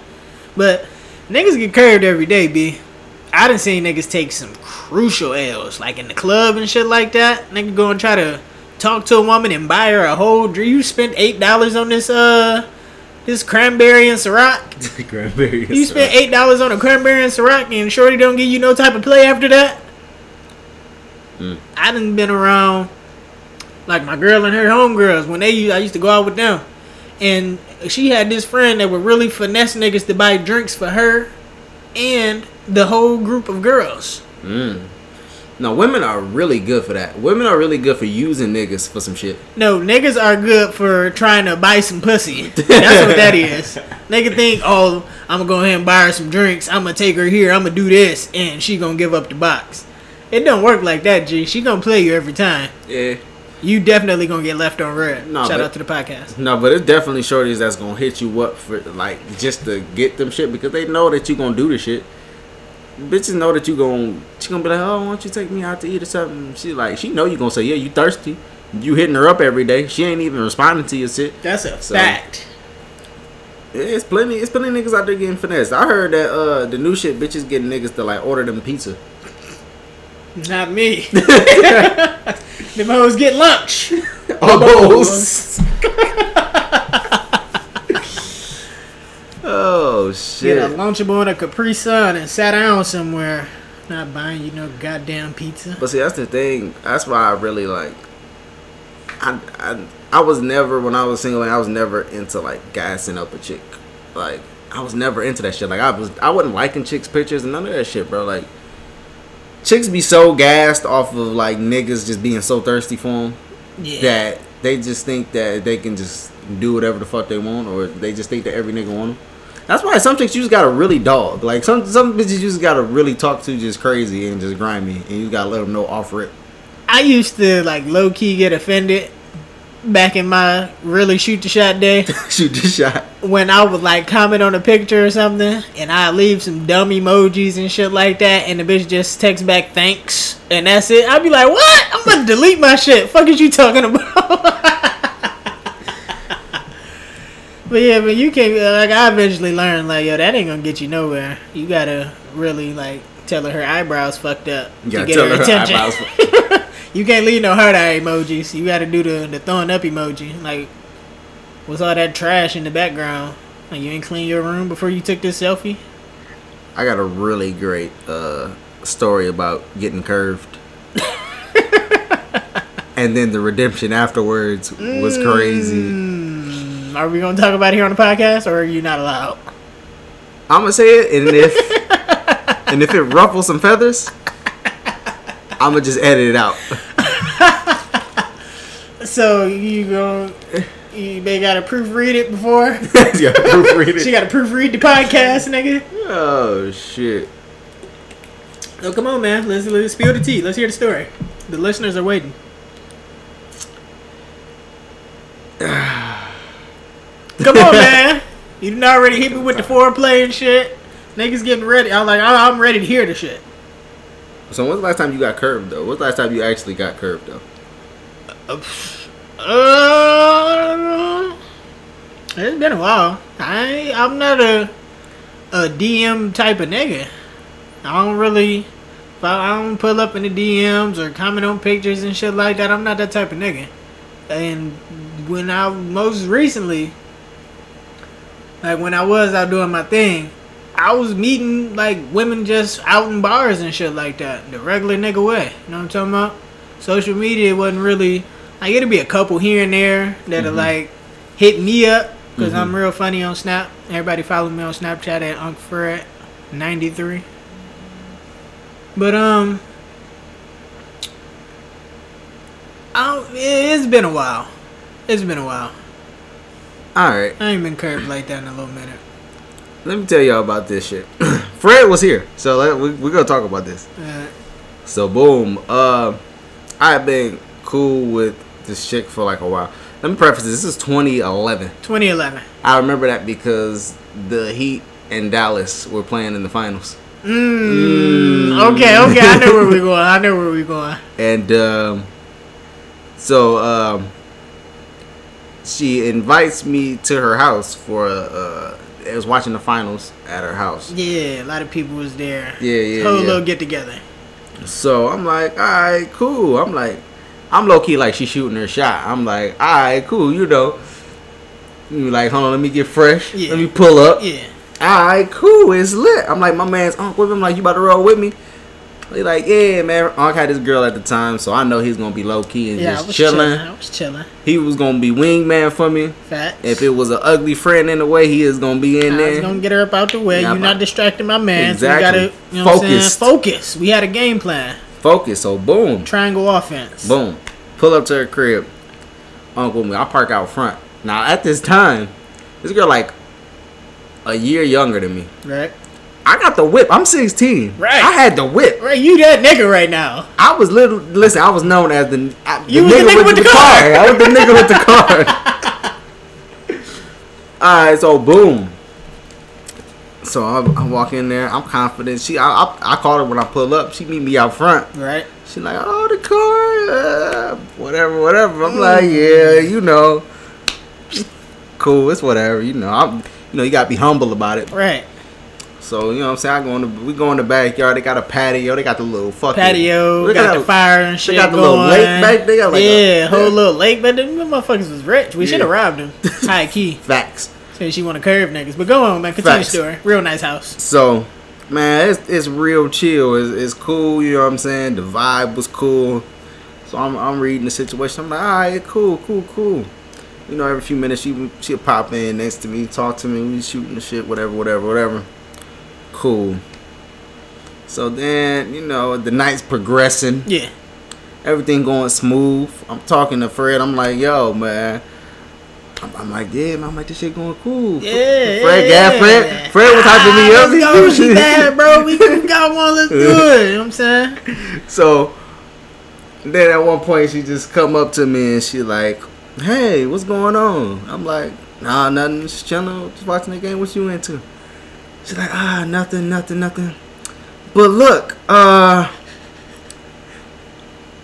[SPEAKER 3] But niggas get curved every day, b. I done seen niggas take some crucial L's, like in the club and shit like that. Nigga go and try to talk to a woman and buy her a whole drink. You spent eight dollars on this uh this cranberry and Ciroc.
[SPEAKER 4] Cranberry
[SPEAKER 3] You
[SPEAKER 4] is-
[SPEAKER 3] spent eight dollars on a cranberry and Ciroc, and Shorty don't give you no type of play after that. I done been around like my girl and her homegirls when they u- I used to go out with them, and she had this friend that would really finesse niggas to buy drinks for her and the whole group of girls.
[SPEAKER 4] No, women are really good for that. Women are really good for using niggas for some shit.
[SPEAKER 3] No, niggas are good for trying to buy some pussy. That's what that is. Nigga think, oh, I'm gonna go ahead and buy her some drinks. I'm gonna take her here. I'm gonna do this, and she gonna give up the box. It don't work like that, G. She gonna play you every time.
[SPEAKER 4] Yeah.
[SPEAKER 3] You definitely gonna get left on red.
[SPEAKER 4] Nah,
[SPEAKER 3] Shout
[SPEAKER 4] but-
[SPEAKER 3] out to the podcast.
[SPEAKER 4] No, but it's definitely shorties that's gonna hit you up for like just to get them shit because they know that you gonna do the shit. Bitches know that you gonna she gonna be like, oh, why don't you take me out to eat or something? She like she know you gonna say, yeah, you thirsty. You hitting her up every day. She ain't even responding to your shit.
[SPEAKER 3] That's a
[SPEAKER 4] So-
[SPEAKER 3] fact.
[SPEAKER 4] It's plenty. It's plenty niggas out there getting finessed. I heard that uh the new shit bitches getting niggas to like order them pizza.
[SPEAKER 3] Not me. Them hoes get lunch.
[SPEAKER 4] Almost. oh shit.
[SPEAKER 3] Get a Lunchable and a Capri Sun and sat down somewhere. Not buying you no goddamn pizza.
[SPEAKER 4] But see, that's the thing. That's why I really like. I I, I was never when I was single. I was never into like gassing up a chick. Like I was never into that shit. Like I was I wasn't liking chicks' pictures and none of that shit, bro. Like chicks be so gassed off of like niggas just being so thirsty for them
[SPEAKER 3] Yeah.
[SPEAKER 4] that they just think that they can just do whatever the fuck they want, or they just think that every nigga want them. That's why some chicks you just gotta really dog. Like some some bitches you just gotta really talk to, just crazy and just grimy, and you gotta let them know off rip.
[SPEAKER 3] I used to like low key get offended back in my really shoot the shot day
[SPEAKER 4] Shoot this shot.
[SPEAKER 3] when I would like comment on a picture or something and I leave some dumb emojis and shit like that and the bitch just texts back thanks and that's it. I'd be like, what? I'm gonna delete my shit. Fuck is you talking about? But yeah, but you can't. Like, I eventually learned, like, yo, that ain't gonna get you nowhere. You gotta really, like, tell her her eyebrows fucked up
[SPEAKER 4] You gotta
[SPEAKER 3] to get
[SPEAKER 4] tell
[SPEAKER 3] her
[SPEAKER 4] her her
[SPEAKER 3] attention.
[SPEAKER 4] eyebrows.
[SPEAKER 3] You can't leave no hard eye emojis. You got to do the the throwing up emoji. Like, what's all that trash in the background? Like, you ain't clean your room before you took this selfie.
[SPEAKER 4] I got a really great uh, story about getting curved. and then the redemption afterwards was crazy.
[SPEAKER 3] Mm, are we gonna talk about it here on the podcast, or are you not allowed?
[SPEAKER 4] I'm gonna say it, and if and if it ruffles some feathers, I'm gonna just edit it out.
[SPEAKER 3] So you gonna you may gotta proofread it before.
[SPEAKER 4] Yeah, proofread
[SPEAKER 3] she
[SPEAKER 4] it.
[SPEAKER 3] gotta proofread the podcast, nigga.
[SPEAKER 4] Oh shit!
[SPEAKER 3] So Oh, come on, man. Let's let's spill the tea. Let's hear the story. The listeners are waiting. come on, man. You done already hit me with the foreplay and shit. Niggas getting ready. I'm like, I- I'm ready to hear the shit.
[SPEAKER 4] So when's the last time you got curved though? When's the last time you actually got curved though?
[SPEAKER 3] Uh, it's been a while. I ain't- I'm not a a DM type of nigga. I don't really. if I I don't pull up in the DMs or comment on pictures and shit like that. I'm not that type of nigga. And when I most recently, like when I was out doing my thing, I was meeting like women just out in bars and shit like that. The regular nigga way. You know what I'm talking about? Social media wasn't really like it'd be a couple here and there that'll
[SPEAKER 4] Mm-hmm.
[SPEAKER 3] like hit me up because I'm real funny on Snap. Everybody follow me on Snapchat at UncFred93. But um, I don't, it- it's been a while. It's been a while.
[SPEAKER 4] All right,
[SPEAKER 3] I ain't been curved like that in a little minute.
[SPEAKER 4] let me tell y'all about this shit. Fred was here, so let, we, we're gonna talk about this.
[SPEAKER 3] Uh,
[SPEAKER 4] So boom, uh, I've been cool with this chick for like a while. Let me preface this. This is 2011.
[SPEAKER 3] 2011.
[SPEAKER 4] I remember that because the Heat and Dallas were playing in the finals,
[SPEAKER 3] Mm, okay, okay. I know where we going. I know where we going.
[SPEAKER 4] and um, so um, she invites me to her house for. Uh, it was watching the finals at her house.
[SPEAKER 3] Yeah, a lot of people was there.
[SPEAKER 4] Yeah, yeah,
[SPEAKER 3] Whole
[SPEAKER 4] yeah.
[SPEAKER 3] little get together.
[SPEAKER 4] So I'm like, all right, cool. I'm like, I'm low key like she shooting her shot. I'm like, all right, cool. You know, you like, hold on, let me get fresh.
[SPEAKER 3] Yeah.
[SPEAKER 4] Let me pull up.
[SPEAKER 3] Yeah.
[SPEAKER 4] All right, cool. It's lit. I'm like, my man's Unc with him. Like, you about to roll with me? He like, yeah, man. Unc had this girl at the time, so I know he's gonna be low key and
[SPEAKER 3] Yeah, I
[SPEAKER 4] just
[SPEAKER 3] was
[SPEAKER 4] chilling.
[SPEAKER 3] chilling. I was chilling.
[SPEAKER 4] He was gonna be wingman for me.
[SPEAKER 3] Fat.
[SPEAKER 4] If it was an ugly friend in the way, he is gonna be in
[SPEAKER 3] I was
[SPEAKER 4] there.
[SPEAKER 3] gonna get her up out the way.
[SPEAKER 4] Nah,
[SPEAKER 3] You're
[SPEAKER 4] but-
[SPEAKER 3] not distracting my man. So we
[SPEAKER 4] Exactly.
[SPEAKER 3] gotta you know what I'm saying?
[SPEAKER 4] Focused.
[SPEAKER 3] focus. We had a game plan.
[SPEAKER 4] Focus. So boom.
[SPEAKER 3] Triangle offense.
[SPEAKER 4] Boom. Pull up to her crib. Uncle me. I park out front. Now at this time, this girl like a year younger than me.
[SPEAKER 3] Right.
[SPEAKER 4] I got the whip. I'm 16.
[SPEAKER 3] Right.
[SPEAKER 4] I had the whip.
[SPEAKER 3] Right, you that nigga right now.
[SPEAKER 4] I was little. Listen, I was known as the, I,
[SPEAKER 3] You was the nigga with the car.
[SPEAKER 4] I was the nigga with the car. All right. So boom. So I, I walk in there. I'm confident. She. I, I. I call her when I pull up. She meet me out front.
[SPEAKER 3] Right.
[SPEAKER 4] She like, oh, the car, uh, whatever, whatever. I'm like,
[SPEAKER 3] Mm.
[SPEAKER 4] yeah, you know, cool, it's whatever, you know. I'm, you know, you gotta be humble about it.
[SPEAKER 3] Right.
[SPEAKER 4] So you know, what I'm saying, I go in the, we go in the backyard. They got a patio. They got the little fucking
[SPEAKER 3] Patio,
[SPEAKER 4] They
[SPEAKER 3] got, the fire and shit.
[SPEAKER 4] got the
[SPEAKER 3] going.
[SPEAKER 4] little lake back there, like a-
[SPEAKER 3] yeah, whole little lake, but them motherfuckers was rich. We
[SPEAKER 4] Yeah.
[SPEAKER 3] should have robbed them. High key.
[SPEAKER 4] facts.
[SPEAKER 3] Since she wanna curve niggas. But go on, man, continue
[SPEAKER 4] Facts.
[SPEAKER 3] the story. Real nice house.
[SPEAKER 4] So, man, it's it's real chill. It's, it's cool. You know what I'm saying? The vibe was cool. So I'm I'm reading the situation. I'm like, all right, cool, cool, cool. You know, every few minutes she she'll pop in next to me, talk to me, we shooting the shit, whatever, whatever, whatever. Cool. So then, you know, the night's progressing
[SPEAKER 3] Yeah.
[SPEAKER 4] everything going smooth. I'm talking to Fred. I'm like, yo, man. I'm, I'm like, yeah, man. I'm like, this shit going cool.
[SPEAKER 3] Yeah,
[SPEAKER 4] Fred,
[SPEAKER 3] yeah,
[SPEAKER 4] yeah, Fred. Fred was hyping me
[SPEAKER 3] Ah,
[SPEAKER 4] up.
[SPEAKER 3] Let's go, she bad, bro. We we got one, let's do it. You know what I'm saying?
[SPEAKER 4] So then at one point she just come up to me and she like, "Hey, what's going on?" I'm like, "Nah, nothing. Just chilling, just watching the game. What you into?" She's like, "Ah, nothing, nothing, nothing." But look, uh,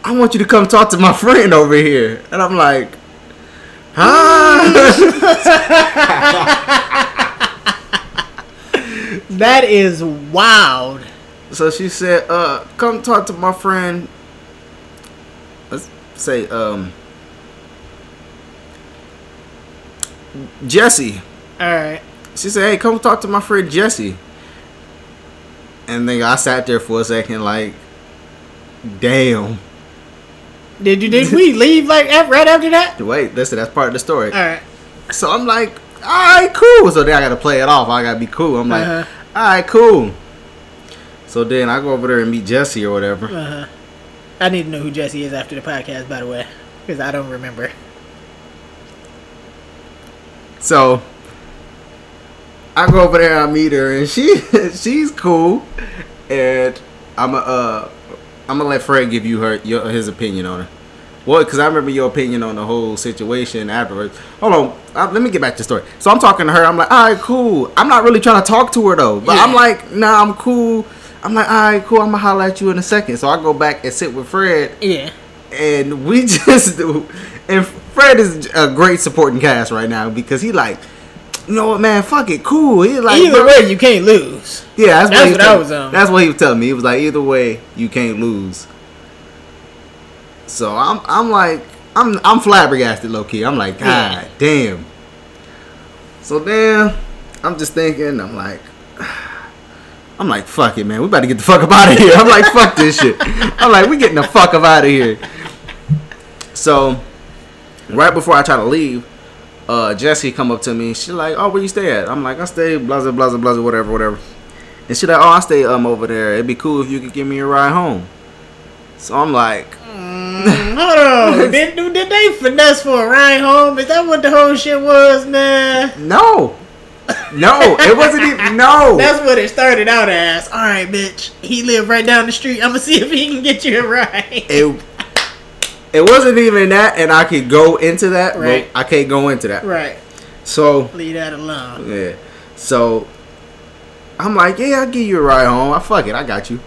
[SPEAKER 4] I want you to come talk to my friend over here, and I'm like, "Huh?"
[SPEAKER 3] That is wild.
[SPEAKER 4] so she said, "Uh, come talk to my friend say um Jesse.
[SPEAKER 3] All right.
[SPEAKER 4] She said, "Hey, come talk to my friend Jesse." And then I sat there for a second, like, damn.
[SPEAKER 3] Did you did we leave like af- right after that?
[SPEAKER 4] Wait, listen, that's part of the story.
[SPEAKER 3] All right.
[SPEAKER 4] So I'm like, all right, cool. So then I gotta play it off. I gotta be cool. I'm like,
[SPEAKER 3] Uh-huh.
[SPEAKER 4] all right, cool. So then I go over there and meet Jesse or whatever.
[SPEAKER 3] Uh huh. I need to know who Jesse is after the podcast, by the way, because I don't remember.
[SPEAKER 4] So I go over there, I meet her, and she she's cool. And I'm a, uh I'm gonna let Fred give you her your, his opinion on her. Well, because I remember your opinion on the whole situation afterwards. Hold on, uh, let me get back to the story. So I'm talking to her. I'm like, all right, cool. I'm not really trying to talk to her though, but I'm
[SPEAKER 3] Yeah.
[SPEAKER 4] like, nah, I'm cool. I'm like, all right, cool. I'm gonna holler at you in a second. So I go back and sit with Fred,
[SPEAKER 3] Yeah.
[SPEAKER 4] and we just do. And Fred is a great supporting cast right now because he like, you know what, man, fuck it, cool. He like,
[SPEAKER 3] Either
[SPEAKER 4] bro-
[SPEAKER 3] way, you can't lose.
[SPEAKER 4] yeah, that's,
[SPEAKER 3] that's
[SPEAKER 4] what, he
[SPEAKER 3] what I
[SPEAKER 4] telling-
[SPEAKER 3] was on.
[SPEAKER 4] That's what he was telling me. He was like, either way, you can't lose. So I'm, I'm like, I'm, I'm flabbergasted, low key. I'm like,
[SPEAKER 3] Yeah.
[SPEAKER 4] God damn. So then, I'm just thinking, I'm like. I'm like, fuck it, man. We about to get the fuck up out of here. I'm like, fuck this shit. I'm like, we getting the fuck up out of here. So, right before I try to leave, uh, Jesse come up to me. She like, oh, where you stay at? I'm like, I stay blah blah blah blah whatever whatever. And she like, oh, I stay um over there. It'd be cool if you could give me a ride home. So I'm like,
[SPEAKER 3] Mm, Hold on. did, did they finesse for a ride home? Is that what the whole shit was, man?
[SPEAKER 4] no, no, it wasn't even no.
[SPEAKER 3] That's what it started out as. All right, bitch. He lived right down the street. I'm gonna see if he can get you a ride.
[SPEAKER 4] it it wasn't even that, and I could go into that,
[SPEAKER 3] Right.
[SPEAKER 4] but I can't go into that.
[SPEAKER 3] Right.
[SPEAKER 4] So
[SPEAKER 3] Leave that alone.
[SPEAKER 4] yeah, so I'm like, yeah, I'll give you a ride home. I fuck it, I got you.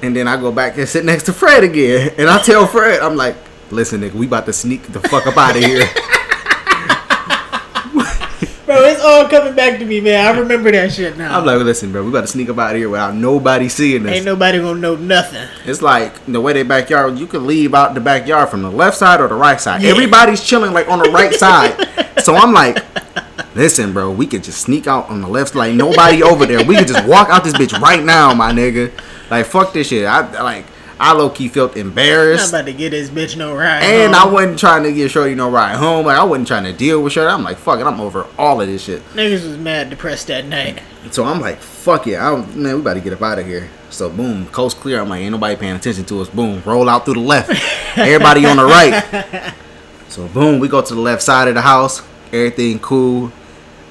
[SPEAKER 4] And then I go back and sit next to Fred again, and I tell Fred, I'm like, listen, nigga, we about to sneak the fuck up out of here.
[SPEAKER 3] Bro, it's all coming back to me, man. I remember that shit now.
[SPEAKER 4] I'm like, listen, bro, we about to sneak up out of here without nobody seeing us.
[SPEAKER 3] Ain't nobody gonna know nothing.
[SPEAKER 4] It's like the way they backyard. You could leave out the backyard from the left side or the right side.
[SPEAKER 3] Yeah.
[SPEAKER 4] Everybody's chilling like on the right side. So I'm like, listen, bro, we could just sneak out on the left. side. Like nobody over there. We could just walk out this bitch right now, my nigga. Like fuck this shit. I like I low key felt
[SPEAKER 3] I'm
[SPEAKER 4] embarrassed.
[SPEAKER 3] about to get this bitch no ride.
[SPEAKER 4] And I
[SPEAKER 3] home.
[SPEAKER 4] wasn't trying to get Shorty no ride home. Like I wasn't trying to deal with Shorty. I'm like, fuck it, I'm over all of this shit.
[SPEAKER 3] Niggas was mad depressed that night.
[SPEAKER 4] So I'm like, fuck it. I do man, we about to get up out of here. So boom, coast clear. I'm like, ain't nobody paying attention to us. Boom, roll out through the left. Everybody on the right. So boom, we go to the left side of the house. Everything cool.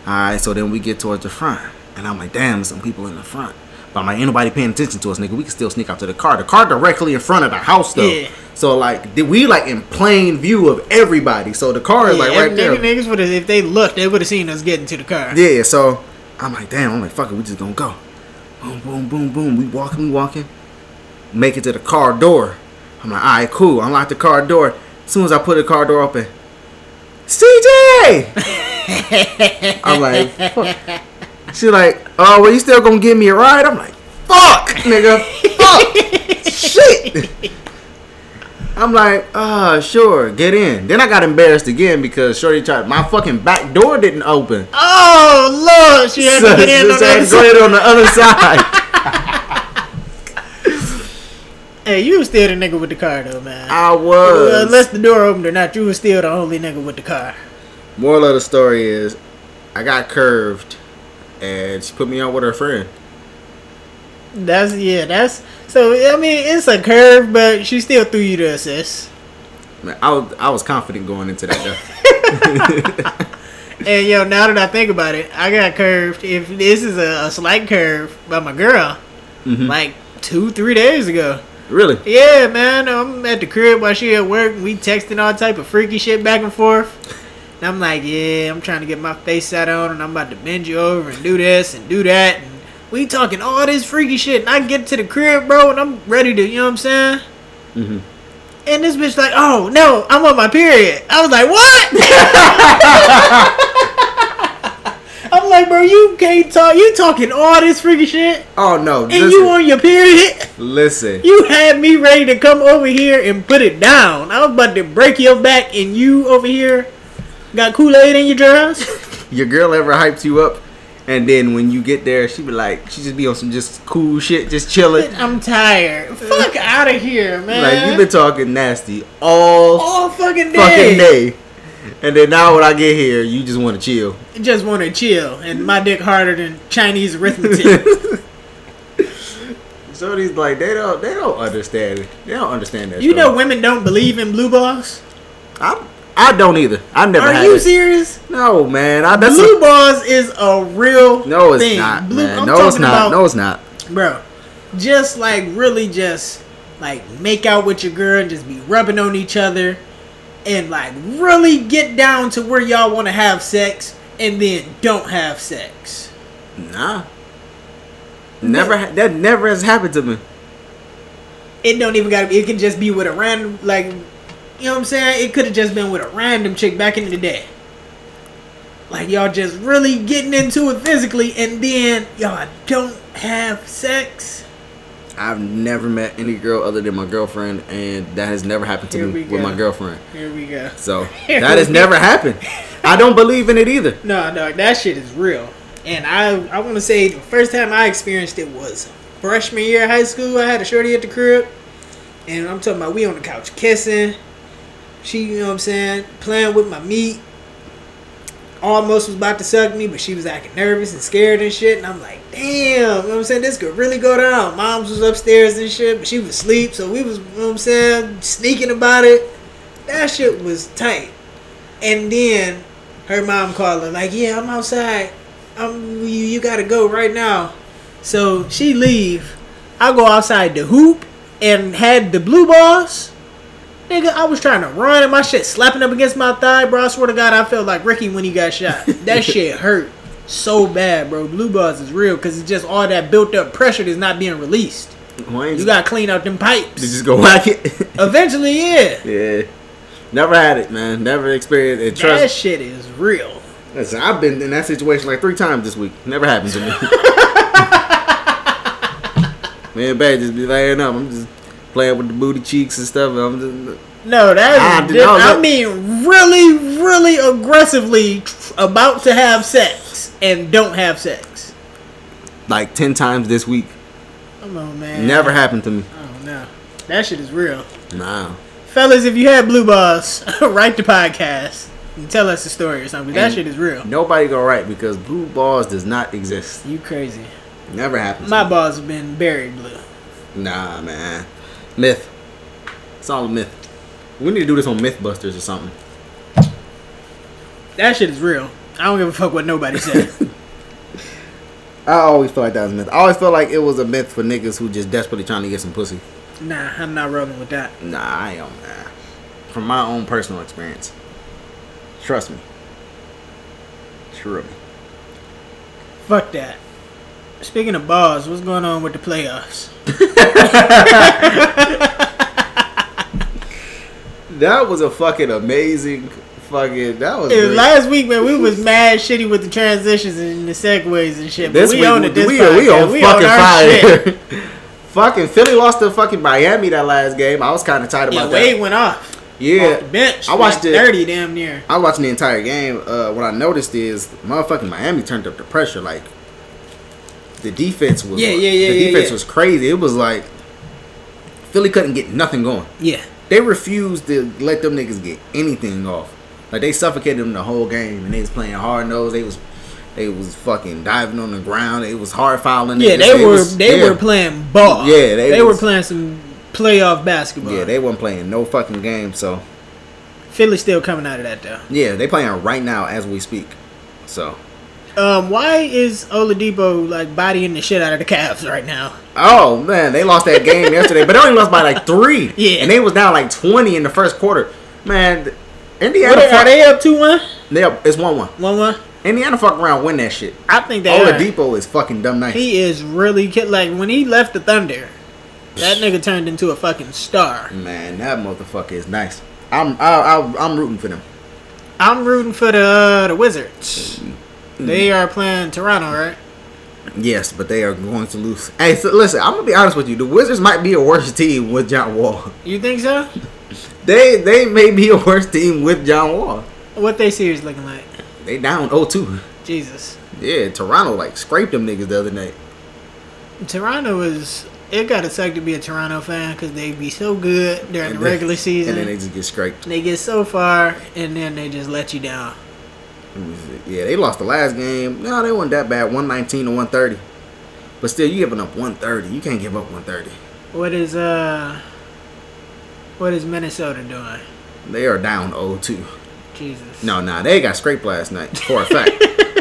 [SPEAKER 4] All right. So then we get towards the front, and I'm like, damn, there's some people in the front. But I'm like, ain't nobody paying attention to us, nigga. We can still sneak out to the car. The car directly in front of the house, though.
[SPEAKER 3] Yeah.
[SPEAKER 4] So like, did we like in plain view of everybody? So the car is like
[SPEAKER 3] Yeah,
[SPEAKER 4] right
[SPEAKER 3] if-
[SPEAKER 4] there.
[SPEAKER 3] nigga- Niggas would have, if they looked, they would have seen us getting to the car.
[SPEAKER 4] Yeah, so I'm like, damn, I'm like, fuck it, we just gonna go. Boom, boom, boom, boom. We walking, we walking. Make it to the car door. I'm like, alright, cool. Unlock the car door. As soon as I put the car door open, CJ I'm like, fuck. She like, oh well you still gonna give me a ride? I'm like, fuck, nigga, fuck shit. I'm like, ah, sure, get in. Then I got embarrassed again because Shorty tried my fucking back door didn't open.
[SPEAKER 3] Oh, Lord. She had
[SPEAKER 4] So-
[SPEAKER 3] to get in on
[SPEAKER 4] so I had to
[SPEAKER 3] that.
[SPEAKER 4] go in on the other side.
[SPEAKER 3] Hey, you was still the nigga with the car, though, man.
[SPEAKER 4] I
[SPEAKER 3] Well,
[SPEAKER 4] was.
[SPEAKER 3] unless the door opened or not, you was still the only nigga with the car.
[SPEAKER 4] Moral of the story is, I got curved, and she put me on with her friend.
[SPEAKER 3] That's yeah. That's so. I mean, it's a curve, but she still threw you the assist.
[SPEAKER 4] Man, I was I was confident going into that. Though.
[SPEAKER 3] And yo, now that I think about it, I got curved. If this is a, a slight curve by my girl, like two, three days ago.
[SPEAKER 4] really?
[SPEAKER 3] Yeah, man. I'm at the crib while she at work. And we texting all type of freaky shit back and forth. And I'm like, yeah, I'm trying to get my face set on, and I'm about to bend you over and do this and do that. And we talking all this freaky shit. And I get to the crib, bro, and I'm ready to, you know what I'm saying? And this bitch like, oh no, I'm on my period. I was like, what? I'm like, bro, you can't talk. You talking all this freaking shit,
[SPEAKER 4] Oh no!
[SPEAKER 3] and
[SPEAKER 4] listen,
[SPEAKER 3] you on your period.
[SPEAKER 4] listen.
[SPEAKER 3] You had me ready to come over here and put it down. I was about to break your back, and you over here got Kool Aid in your dress.
[SPEAKER 4] Your girl ever hyped you up, and then when you get there, she be like, she just be on some just cool shit, just chilling.
[SPEAKER 3] I'm tired. Fuck out of here, man.
[SPEAKER 4] Like you been talking nasty all
[SPEAKER 3] all fucking day.
[SPEAKER 4] fucking day, and then now when I get here, you just want to chill.
[SPEAKER 3] Just want to chill, and my dick harder than Chinese arithmetic.
[SPEAKER 4] so these like they don't they don't understand it. They don't understand that.
[SPEAKER 3] you
[SPEAKER 4] story.
[SPEAKER 3] know, women don't believe in blue balls.
[SPEAKER 4] I I don't either. I never.
[SPEAKER 3] Are
[SPEAKER 4] had
[SPEAKER 3] you
[SPEAKER 4] it.
[SPEAKER 3] serious?
[SPEAKER 4] No, man. I, that's
[SPEAKER 3] Blue balls is a real
[SPEAKER 4] no, it's
[SPEAKER 3] thing.
[SPEAKER 4] not,
[SPEAKER 3] Blue-
[SPEAKER 4] man.
[SPEAKER 3] I'm
[SPEAKER 4] No, it's
[SPEAKER 3] talking
[SPEAKER 4] not.
[SPEAKER 3] about-
[SPEAKER 4] No, it's not.
[SPEAKER 3] bro. Just like really, just like make out with your girl and just be rubbing on each other, and like really get down to where y'all want to have sex, and then don't have sex.
[SPEAKER 4] Nah. Never. ha- That never has happened to me.
[SPEAKER 3] It don't even gotta be. It can just be with a random like, you know what I'm saying? It could have just been with a random chick back in the day. Like y'all just really getting into it physically, and then y'all don't have sex.
[SPEAKER 4] I've never met any girl other than my girlfriend, and that has never happened to
[SPEAKER 3] Here
[SPEAKER 4] me
[SPEAKER 3] we go.
[SPEAKER 4] with my girlfriend.
[SPEAKER 3] Here we go.
[SPEAKER 4] So
[SPEAKER 3] Here
[SPEAKER 4] that has
[SPEAKER 3] we
[SPEAKER 4] never
[SPEAKER 3] go.
[SPEAKER 4] happened. I don't believe in it either.
[SPEAKER 3] No, no, that shit is real. And I, I want to say the first time I experienced it was freshman year of high school. I had a shorty at the crib, and I'm talking about we on the couch kissing. She, you know what I'm saying, playing with my meat. Almost was about to suck me, but she was acting nervous and scared and shit. And I'm like, damn, you know what I'm saying? This could really go down. Mom's was upstairs and shit, but she was asleep, so we was, you know what I'm saying, sneaking about it. That shit was tight. And then her mom called her, like, "Yeah, I'm outside. I'm you. You gotta go right now." So she leave. I go outside the hoop and had the blue balls. Nigga, I was trying to run and my shit slapping up against my thigh, bro. I swear to God, I felt like Ricky when he got shot. That shit hurt so bad, bro. Blue balls is real because it's just all that built up pressure that's not being released.
[SPEAKER 4] Wayne's-
[SPEAKER 3] You gotta clean out them
[SPEAKER 4] You
[SPEAKER 3] pipes.
[SPEAKER 4] just go whack it.
[SPEAKER 3] Eventually, yeah.
[SPEAKER 4] yeah. Never had it, man. Never experienced it.
[SPEAKER 3] That
[SPEAKER 4] Trust.
[SPEAKER 3] shit is real.
[SPEAKER 4] Listen, I've been in that situation like three times this week. Never happened to me. me and Bay just be laying up. I'm just playing with the booty cheeks and stuff. and I'm just
[SPEAKER 3] No,
[SPEAKER 4] Ah,
[SPEAKER 3] that
[SPEAKER 4] dude,
[SPEAKER 3] is different.
[SPEAKER 4] I was-
[SPEAKER 3] I mean, really, really aggressively tr- about to have sex and don't have sex.
[SPEAKER 4] like ten times this week.
[SPEAKER 3] Come on, man.
[SPEAKER 4] Never happened to me.
[SPEAKER 3] Oh no, that shit is real,
[SPEAKER 4] Nah.
[SPEAKER 3] fellas. If you had blue balls, write the podcast and tell us the story or something. That
[SPEAKER 4] And-
[SPEAKER 3] shit is real.
[SPEAKER 4] Nobody gonna write because blue balls does not exist.
[SPEAKER 3] You crazy?
[SPEAKER 4] Never happens.
[SPEAKER 3] My balls have been buried blue.
[SPEAKER 4] Nah, man. Myth. It's all a myth. We need to do this on MythBusters or something.
[SPEAKER 3] That shit is real. I don't give a fuck what nobody says.
[SPEAKER 4] I always feel like that was a myth. I always felt like it was a myth for niggas who just desperately trying to get some pussy.
[SPEAKER 3] nah, I'm not rolling with that.
[SPEAKER 4] Nah, I don't. Nah. From my own personal experience. Trust me. Trust me.
[SPEAKER 3] Fuck that. Speaking of balls, what's going on with the playoffs?
[SPEAKER 4] That was a fucking amazing fucking. That was.
[SPEAKER 3] Dude,
[SPEAKER 4] great.
[SPEAKER 3] last week, man, we was mad shitty with the transitions and the segues and shit. But
[SPEAKER 4] This
[SPEAKER 3] we
[SPEAKER 4] week,
[SPEAKER 3] own it. This
[SPEAKER 4] we,
[SPEAKER 3] podcast.
[SPEAKER 4] we on fucking
[SPEAKER 3] our shit.
[SPEAKER 4] fire. fucking Philly lost to fucking Miami that last game. I was kind of tight
[SPEAKER 3] Yeah,
[SPEAKER 4] about
[SPEAKER 3] Wade
[SPEAKER 4] that.
[SPEAKER 3] went off.
[SPEAKER 4] Yeah,
[SPEAKER 3] off the bench.
[SPEAKER 4] I watched
[SPEAKER 3] like
[SPEAKER 4] it.
[SPEAKER 3] Thirty, damn near.
[SPEAKER 4] I was watching the entire game. Uh, what I noticed is motherfucking Miami turned up the pressure. Like the defense was,
[SPEAKER 3] Yeah, yeah, yeah,
[SPEAKER 4] The
[SPEAKER 3] yeah,
[SPEAKER 4] defense
[SPEAKER 3] yeah.
[SPEAKER 4] was crazy. It was like Philly couldn't get nothing going.
[SPEAKER 3] Yeah,
[SPEAKER 4] They refused to let them niggas get anything off. Like they suffocated them the whole game, and they was playing hard nose. They was they was fucking diving on the ground. It was hard fouling.
[SPEAKER 3] yeah.
[SPEAKER 4] niggas.
[SPEAKER 3] They were
[SPEAKER 4] was-
[SPEAKER 3] they
[SPEAKER 4] yeah.
[SPEAKER 3] were playing ball.
[SPEAKER 4] Yeah, they
[SPEAKER 3] they were
[SPEAKER 4] was-
[SPEAKER 3] playing some playoff basketball.
[SPEAKER 4] Yeah, they weren't playing no fucking game. So
[SPEAKER 3] Philly's still coming out of that though.
[SPEAKER 4] yeah, they playing right now as we speak. So
[SPEAKER 3] Um, why is Oladipo like bodying the shit out of the Cavs right now?
[SPEAKER 4] Oh man, they lost that game yesterday, but they only lost by like three.
[SPEAKER 3] Yeah.
[SPEAKER 4] and they was down like twenty in the first quarter. Man, th- Indiana,
[SPEAKER 3] What are,
[SPEAKER 4] fuck,
[SPEAKER 3] are they up two one?
[SPEAKER 4] they up, it's one one.
[SPEAKER 3] One one.
[SPEAKER 4] Indiana fuck around win that shit.
[SPEAKER 3] I think they are.
[SPEAKER 4] Oladipo is fucking dumb nice.
[SPEAKER 3] He is really kid. Like when he left the Thunder, that nigga turned into a fucking star.
[SPEAKER 4] man, that motherfucker is nice. I'm I, I, I'm rooting for them.
[SPEAKER 3] I'm rooting for the uh, the Wizards. They are playing Toronto, right?
[SPEAKER 4] Yes, but they are going to lose. Hey, so listen, I'm gonna be honest with you. The Wizards might be a worse team with John Wall.
[SPEAKER 3] You think so?
[SPEAKER 4] They they may be a worse team with John Wall.
[SPEAKER 3] What they series looking like?
[SPEAKER 4] They down 0-2.
[SPEAKER 3] Jesus.
[SPEAKER 4] Yeah, Toronto like scraped them niggas the other night.
[SPEAKER 3] Toronto is. It gotta suck to be a Toronto fan because they be so good during
[SPEAKER 4] And
[SPEAKER 3] the
[SPEAKER 4] then-
[SPEAKER 3] regular season.
[SPEAKER 4] And then they just get scraped.
[SPEAKER 3] They get so far and then they just let you down.
[SPEAKER 4] Yeah, they lost the last game. No, they weren't that bad. 119 to 130. But still, you giving up 130. You can't give up 130.
[SPEAKER 3] What is uh what is Minnesota doing?
[SPEAKER 4] They are down 0-2.
[SPEAKER 3] Jesus.
[SPEAKER 4] No, nah, they got scraped last night for a fact.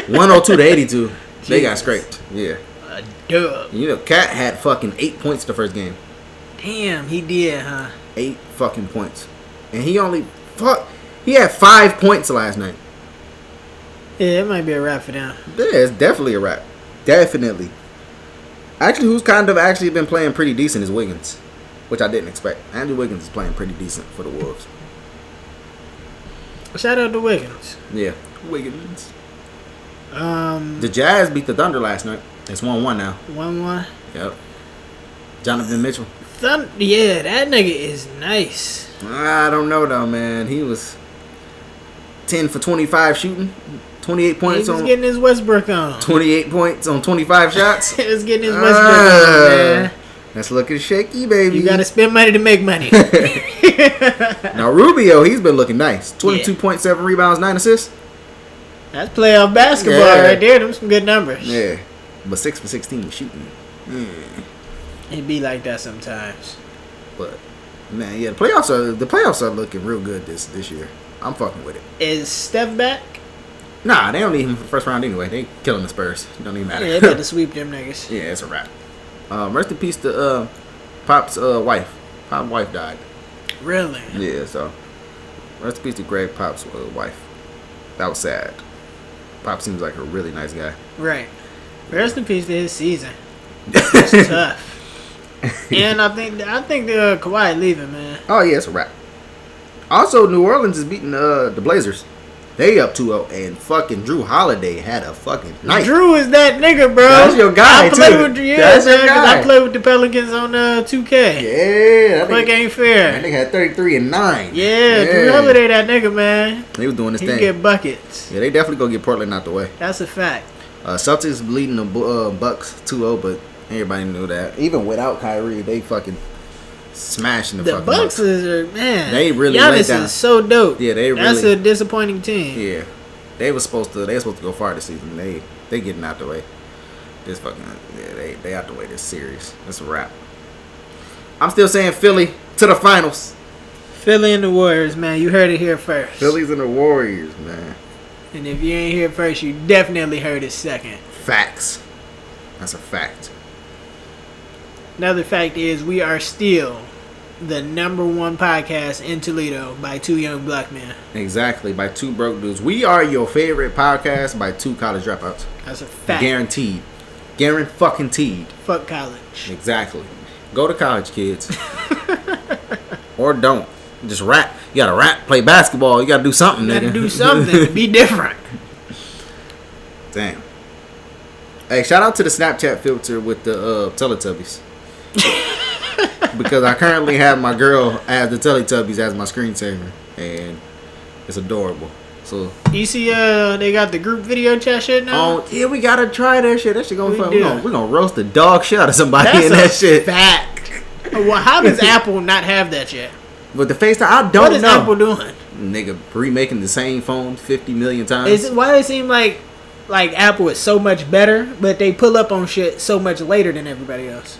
[SPEAKER 4] 102 to 82. They got
[SPEAKER 3] Jesus.
[SPEAKER 4] scraped. Yeah.
[SPEAKER 3] A dub.
[SPEAKER 4] You know, Cat had fucking eight points the first game.
[SPEAKER 3] Damn, he did, huh?
[SPEAKER 4] Eight fucking points. And he only fuck he had five points last night.
[SPEAKER 3] Yeah, it might be a wrap for them.
[SPEAKER 4] Yeah, it's definitely a wrap. Definitely. Actually, who's kind of actually been playing pretty decent is Wiggins, which I didn't expect. Andrew Wiggins is playing pretty decent for the Wolves.
[SPEAKER 3] Shout out to Wiggins.
[SPEAKER 4] Yeah. Wiggins.
[SPEAKER 3] Um
[SPEAKER 4] The Jazz beat the Thunder last night. It's 1 1 now.
[SPEAKER 3] one one.
[SPEAKER 4] Yep. Jonathan Mitchell.
[SPEAKER 3] Thun- yeah, that nigga is nice.
[SPEAKER 4] I don't know though, man. He was 10 for 25 shooting, 28 points
[SPEAKER 3] he was
[SPEAKER 4] on
[SPEAKER 3] getting his Westbrook on.
[SPEAKER 4] 28 points on 25 shots.
[SPEAKER 3] he was getting his Westbrook
[SPEAKER 4] Ah,
[SPEAKER 3] on, man.
[SPEAKER 4] That's looking shaky, baby.
[SPEAKER 3] You gotta spend money to make money.
[SPEAKER 4] now Rubio, he's been looking nice. Twenty-two point seven rebounds, nine assists.
[SPEAKER 3] That's playoff basketball
[SPEAKER 4] Yeah.
[SPEAKER 3] right there. Them some good numbers.
[SPEAKER 4] Yeah, but six for sixteen was shooting.
[SPEAKER 3] It be like that sometimes.
[SPEAKER 4] But man, yeah, the playoffs are the playoffs are looking real good this this year. I'm fucking with it.
[SPEAKER 3] Is Steph back?
[SPEAKER 4] Nah, they don't need him for first round anyway. They killing the Spurs. Don't even matter.
[SPEAKER 3] Yeah, they better sweep them niggas.
[SPEAKER 4] Yeah, it's a wrap. Um, rest in peace to uh, Pop's uh, wife. Pop's wife died.
[SPEAKER 3] Really?
[SPEAKER 4] Yeah, so rest in peace to Greg Pop's uh, wife. That was sad. Pop seems like a really nice guy.
[SPEAKER 3] Right. Rest in peace to his season. It's tough. and I think I think the Kawhi leaving, man.
[SPEAKER 4] Oh yeah, it's a wrap. Also, New Orleans is beating uh, the Blazers. They up 2-0, and fucking Drew Holiday had a fucking night.
[SPEAKER 3] Drew is that nigga, bro.
[SPEAKER 4] That's your guy,
[SPEAKER 3] I play
[SPEAKER 4] too.
[SPEAKER 3] with yeah,
[SPEAKER 4] That's your
[SPEAKER 3] man, 'cause
[SPEAKER 4] guy.
[SPEAKER 3] I play with the Pelicans on uh, 2K.
[SPEAKER 4] yeah, that
[SPEAKER 3] Fuck
[SPEAKER 4] nigga,
[SPEAKER 3] ain't
[SPEAKER 4] that
[SPEAKER 3] fair.
[SPEAKER 4] nigga had 33 and 9.
[SPEAKER 3] Yeah, Drew Holiday, that nigga, man.
[SPEAKER 4] They was doing this
[SPEAKER 3] He
[SPEAKER 4] thing.
[SPEAKER 3] get buckets.
[SPEAKER 4] yeah, they definitely gonna get Portland out the way.
[SPEAKER 3] That's a fact.
[SPEAKER 4] Uh, Celtics leading the Bu- uh, Bucks 2-0, but everybody knew that. Even without Kyrie, they fucking smashing the,
[SPEAKER 3] The
[SPEAKER 4] fucking
[SPEAKER 3] Bucks is are man.
[SPEAKER 4] They really
[SPEAKER 3] Giannis
[SPEAKER 4] laid down.
[SPEAKER 3] is so dope.
[SPEAKER 4] Yeah, they
[SPEAKER 3] That's
[SPEAKER 4] really-
[SPEAKER 3] a disappointing team.
[SPEAKER 4] Yeah, they were supposed to. They were supposed to go far this season. They they getting out the way. This fucking yeah, they they out the way this series. That's a wrap. I'm still saying Philly to the finals.
[SPEAKER 3] Philly and the Warriors, man. You heard it here first.
[SPEAKER 4] Phillies and the Warriors, man.
[SPEAKER 3] And if you ain't here first, you definitely heard it second.
[SPEAKER 4] Facts. That's a fact.
[SPEAKER 3] Another fact is we are still the number one podcast in Toledo by two young black men.
[SPEAKER 4] Exactly. By two broke dudes. We are your favorite podcast by two college dropouts.
[SPEAKER 3] That's a fact.
[SPEAKER 4] Guaranteed. Guaranteed fucking teed.
[SPEAKER 3] Fuck college.
[SPEAKER 4] Exactly. Go to college, kids. or don't. Just rap. You gotta rap, play basketball. You gotta do something,
[SPEAKER 3] You
[SPEAKER 4] nigga.
[SPEAKER 3] gotta do something to be different.
[SPEAKER 4] Damn. Hey, shout out to the Snapchat filter with the uh, Teletubbies. because I currently have my girl as the Teletubbies as my screensaver. And it's adorable. So,
[SPEAKER 3] You see, uh, they got the group video chat shit now.
[SPEAKER 4] oh, yeah, we gotta try that shit. That shit gonna
[SPEAKER 3] Uh, We
[SPEAKER 4] be fun. We're
[SPEAKER 3] do.
[SPEAKER 4] gonna, we gonna roast the dog shit out of somebody
[SPEAKER 3] That's
[SPEAKER 4] in
[SPEAKER 3] a
[SPEAKER 4] that shit.
[SPEAKER 3] fact. well, how does Apple not have that yet?
[SPEAKER 4] With the FaceTime, I don't
[SPEAKER 3] What is
[SPEAKER 4] know.
[SPEAKER 3] Apple doing?
[SPEAKER 4] Nigga, remaking the same phone 50 million times.
[SPEAKER 3] Is it, why does it seem like like Apple is so much better, but they pull up on shit so much later than everybody else?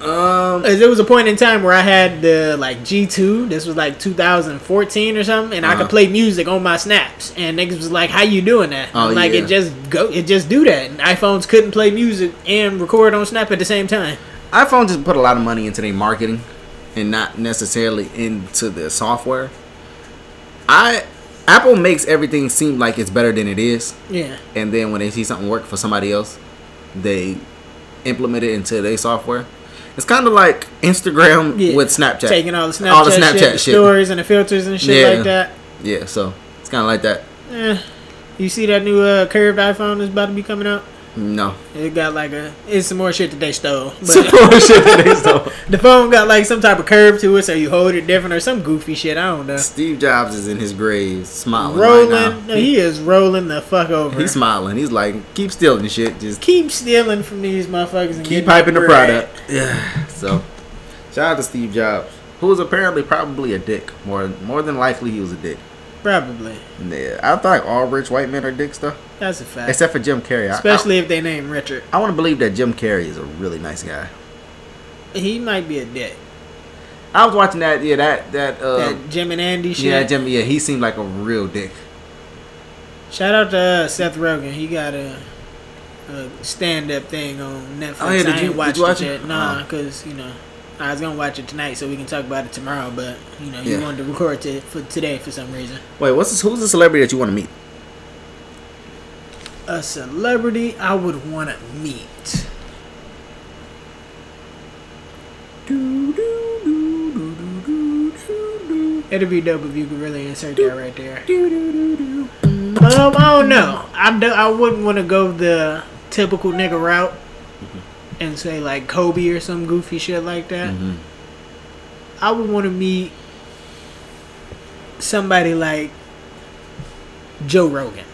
[SPEAKER 4] Um,
[SPEAKER 3] Cause there was a point in time where I had the like G2. This was like 2014 or something, and I
[SPEAKER 4] Uh-huh.
[SPEAKER 3] could play music on my snaps. And niggas was like, "How you doing that?"
[SPEAKER 4] Oh,
[SPEAKER 3] like
[SPEAKER 4] yeah.
[SPEAKER 3] it just go, it just do that. And iPhones couldn't play music and record on Snap at the same time.
[SPEAKER 4] iPhone just put a lot of money into their marketing and not necessarily into the software. I Apple makes everything seem like it's better than it is,
[SPEAKER 3] Yeah,
[SPEAKER 4] and then when they see something work for somebody else, they implement it into their software. It's kind of like Instagram
[SPEAKER 3] Yeah.
[SPEAKER 4] with Snapchat.
[SPEAKER 3] taking all the Snapchat,
[SPEAKER 4] All the Snapchat
[SPEAKER 3] shit, the
[SPEAKER 4] shit.
[SPEAKER 3] stories and the filters and shit
[SPEAKER 4] Yeah.
[SPEAKER 3] like that.
[SPEAKER 4] yeah, so it's kind of like that.
[SPEAKER 3] Eh, You see that new uh, curved iPhone that's about to be coming out?
[SPEAKER 4] No.
[SPEAKER 3] It got like a. It's some more shit that they stole.
[SPEAKER 4] Some
[SPEAKER 3] But
[SPEAKER 4] more shit that they stole.
[SPEAKER 3] the phone got like some type of curve to it, so you hold it different or some goofy shit. I don't know.
[SPEAKER 4] Steve Jobs is in his grave smiling
[SPEAKER 3] Rolling.
[SPEAKER 4] right now.
[SPEAKER 3] no, he is rolling the fuck over.
[SPEAKER 4] He's smiling. He's like, keep stealing shit. Just
[SPEAKER 3] keep stealing from these motherfuckers and
[SPEAKER 4] keep
[SPEAKER 3] getting
[SPEAKER 4] hyping the
[SPEAKER 3] bread.
[SPEAKER 4] product. Yeah. So, shout out to Steve Jobs, who was apparently probably a dick. More more than likely, he was a dick.
[SPEAKER 3] Probably.
[SPEAKER 4] Yeah, I think all rich white men are dicks though,
[SPEAKER 3] That's a fact.
[SPEAKER 4] except for Jim Carrey. I-
[SPEAKER 3] Especially if they name Richard.
[SPEAKER 4] I, I want to believe that Jim Carrey is a really nice guy.
[SPEAKER 3] He might be a dick.
[SPEAKER 4] I was watching that. Yeah, that that. Uh,
[SPEAKER 3] that Jim and Andy shit.
[SPEAKER 4] yeah, Jim. Yeah, he seemed like a real dick.
[SPEAKER 3] Shout out to uh, Seth Rogen. He got a, a stand-up thing on Netflix.
[SPEAKER 4] Oh, yeah, did
[SPEAKER 3] I
[SPEAKER 4] you-
[SPEAKER 3] ain't
[SPEAKER 4] did
[SPEAKER 3] watched
[SPEAKER 4] you watch
[SPEAKER 3] it
[SPEAKER 4] it?
[SPEAKER 3] yet. Nah,
[SPEAKER 4] Oh.
[SPEAKER 3] because you know I was gonna watch it tonight so we can talk about it tomorrow. But you know you
[SPEAKER 4] Yeah.
[SPEAKER 3] wanted to record it for today for some reason.
[SPEAKER 4] Wait, what's this, who's the celebrity that you want to meet?
[SPEAKER 3] A celebrity I would want to meet. It'd be dope if you could really insert that right there. Um, I don't know. I, do, I wouldn't want to go the typical nigga route and say like Kobe or some goofy shit like that. I would want to meet somebody like Joe Rogan.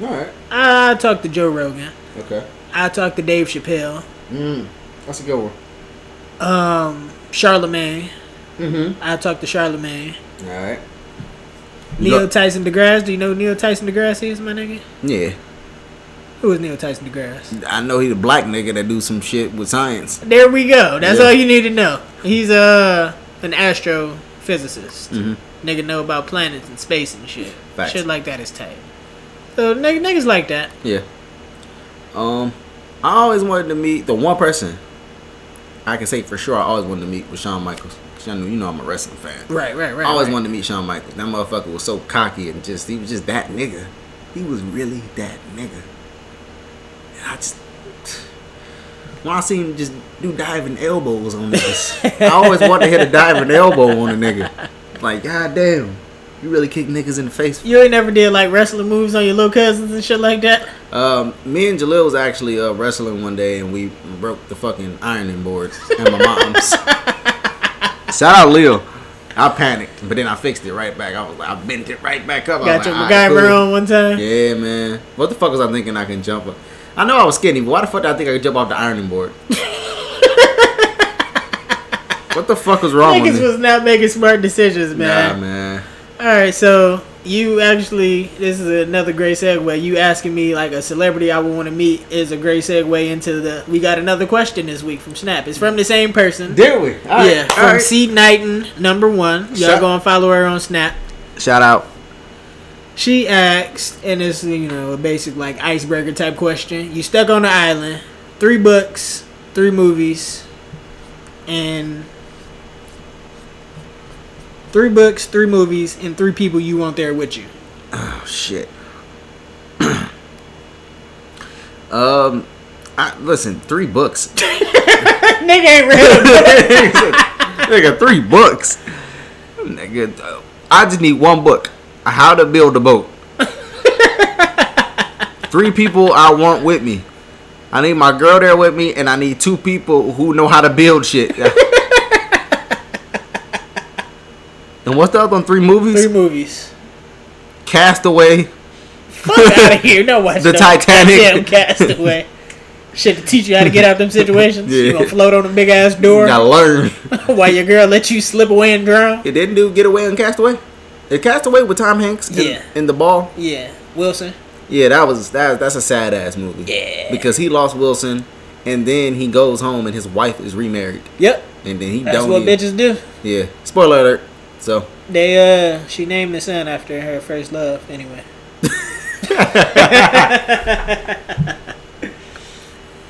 [SPEAKER 4] All right.
[SPEAKER 3] I talked to Joe Rogan.
[SPEAKER 4] Okay.
[SPEAKER 3] I talked to Dave Chappelle.
[SPEAKER 4] Mm, that's a good one.
[SPEAKER 3] Um, Charlemagne.
[SPEAKER 4] Mm-hmm.
[SPEAKER 3] I talked to Charlemagne.
[SPEAKER 4] All right.
[SPEAKER 3] Neil
[SPEAKER 4] Look-
[SPEAKER 3] Tyson DeGrasse. Do you know who Neil Tyson DeGrasse is, my nigga?
[SPEAKER 4] Yeah,
[SPEAKER 3] Who is Neil Tyson DeGrasse?
[SPEAKER 4] I know he the black nigga that do some shit with science.
[SPEAKER 3] There we go. That's
[SPEAKER 4] Yeah.
[SPEAKER 3] all you need to know. He's uh an astrophysicist.
[SPEAKER 4] Mhm.
[SPEAKER 3] Nigga know about planets and space and shit.
[SPEAKER 4] Facts.
[SPEAKER 3] Shit like that is tight. So nigga, niggas like that.
[SPEAKER 4] Yeah. Um, I always wanted to meet the one person I can say for sure I always wanted to meet with Shawn Michaels. 'Cause I know you know I'm a wrestling fan.
[SPEAKER 3] Right, right, right.
[SPEAKER 4] I always
[SPEAKER 3] right.
[SPEAKER 4] wanted to meet Shawn Michaels. That motherfucker was so cocky and just he was just that nigga. He was really that nigga. And I just when I seen him just do diving elbows on niggas, I always wanted to hit a diving elbow on a nigga. Like god damn, you really kick niggas in the face.
[SPEAKER 3] You ain't never did like wrestling moves on your little cousins and shit like that.
[SPEAKER 4] Um, me and Jalil was actually uh, wrestling one day, and we broke the fucking ironing board at my mom's. Shout out Lil. I panicked, but then I fixed it right back. I was like, I bent it right back up. Oh, I
[SPEAKER 3] Got
[SPEAKER 4] was
[SPEAKER 3] your
[SPEAKER 4] like, "All right,
[SPEAKER 3] MacGyver
[SPEAKER 4] cool."
[SPEAKER 3] on one time.
[SPEAKER 4] Yeah, man. What the fuck was I thinking? I can jump up. I know I was skinny, but why the fuck did I think I could jump off the ironing board? what the fuck was wrong with
[SPEAKER 3] Niggas
[SPEAKER 4] me?
[SPEAKER 3] was not making smart decisions,
[SPEAKER 4] Nah, man.
[SPEAKER 3] All right, so you actually, this is another great segue. You asking me like a celebrity I would want to meet is a great segue into the. We got another question this week from Snap. It's from the same person.
[SPEAKER 4] Did we? All right,
[SPEAKER 3] yeah,
[SPEAKER 4] all
[SPEAKER 3] from
[SPEAKER 4] right.
[SPEAKER 3] C Knighton number one. Y'all
[SPEAKER 4] Shout-
[SPEAKER 3] go and follow her on Snap.
[SPEAKER 4] Shout out.
[SPEAKER 3] She asked, and it's you know a basic like icebreaker type question. You stuck on the island, three books, three movies, and three books, three movies, and three people you want there with you.
[SPEAKER 4] Oh shit. um, I listen. Three books.
[SPEAKER 3] Nigga ain't real.
[SPEAKER 4] Nigga, three books. Nigga, uh, I just need one book. How to build a boat. three people I want with me. I need my girl there with me, and I need two people who know how to build shit. and what's the other one? Three movies?
[SPEAKER 3] Three movies.
[SPEAKER 4] Castaway.
[SPEAKER 3] Fuck out of here. No watch
[SPEAKER 4] The
[SPEAKER 3] no
[SPEAKER 4] Titanic.
[SPEAKER 3] Damn castaway. Shit to teach you how to get out them situations. You
[SPEAKER 4] Yeah.
[SPEAKER 3] gonna float on a big ass door
[SPEAKER 4] Gotta learn.
[SPEAKER 3] while your girl let you slip away and drown.
[SPEAKER 4] It didn't do Getaway and Castaway. It Castaway with Tom Hanks in,
[SPEAKER 3] Yeah.
[SPEAKER 4] in the ball.
[SPEAKER 3] Yeah, Wilson.
[SPEAKER 4] Yeah, that was that. That's a sad ass movie.
[SPEAKER 3] Yeah.
[SPEAKER 4] because he lost Wilson, and then he goes home and his wife is remarried,
[SPEAKER 3] Yep,
[SPEAKER 4] and then he
[SPEAKER 3] that's
[SPEAKER 4] don't.
[SPEAKER 3] what
[SPEAKER 4] even-
[SPEAKER 3] bitches do.
[SPEAKER 4] Yeah, spoiler alert. So
[SPEAKER 3] They uh, she named the son after her first love. Anyway,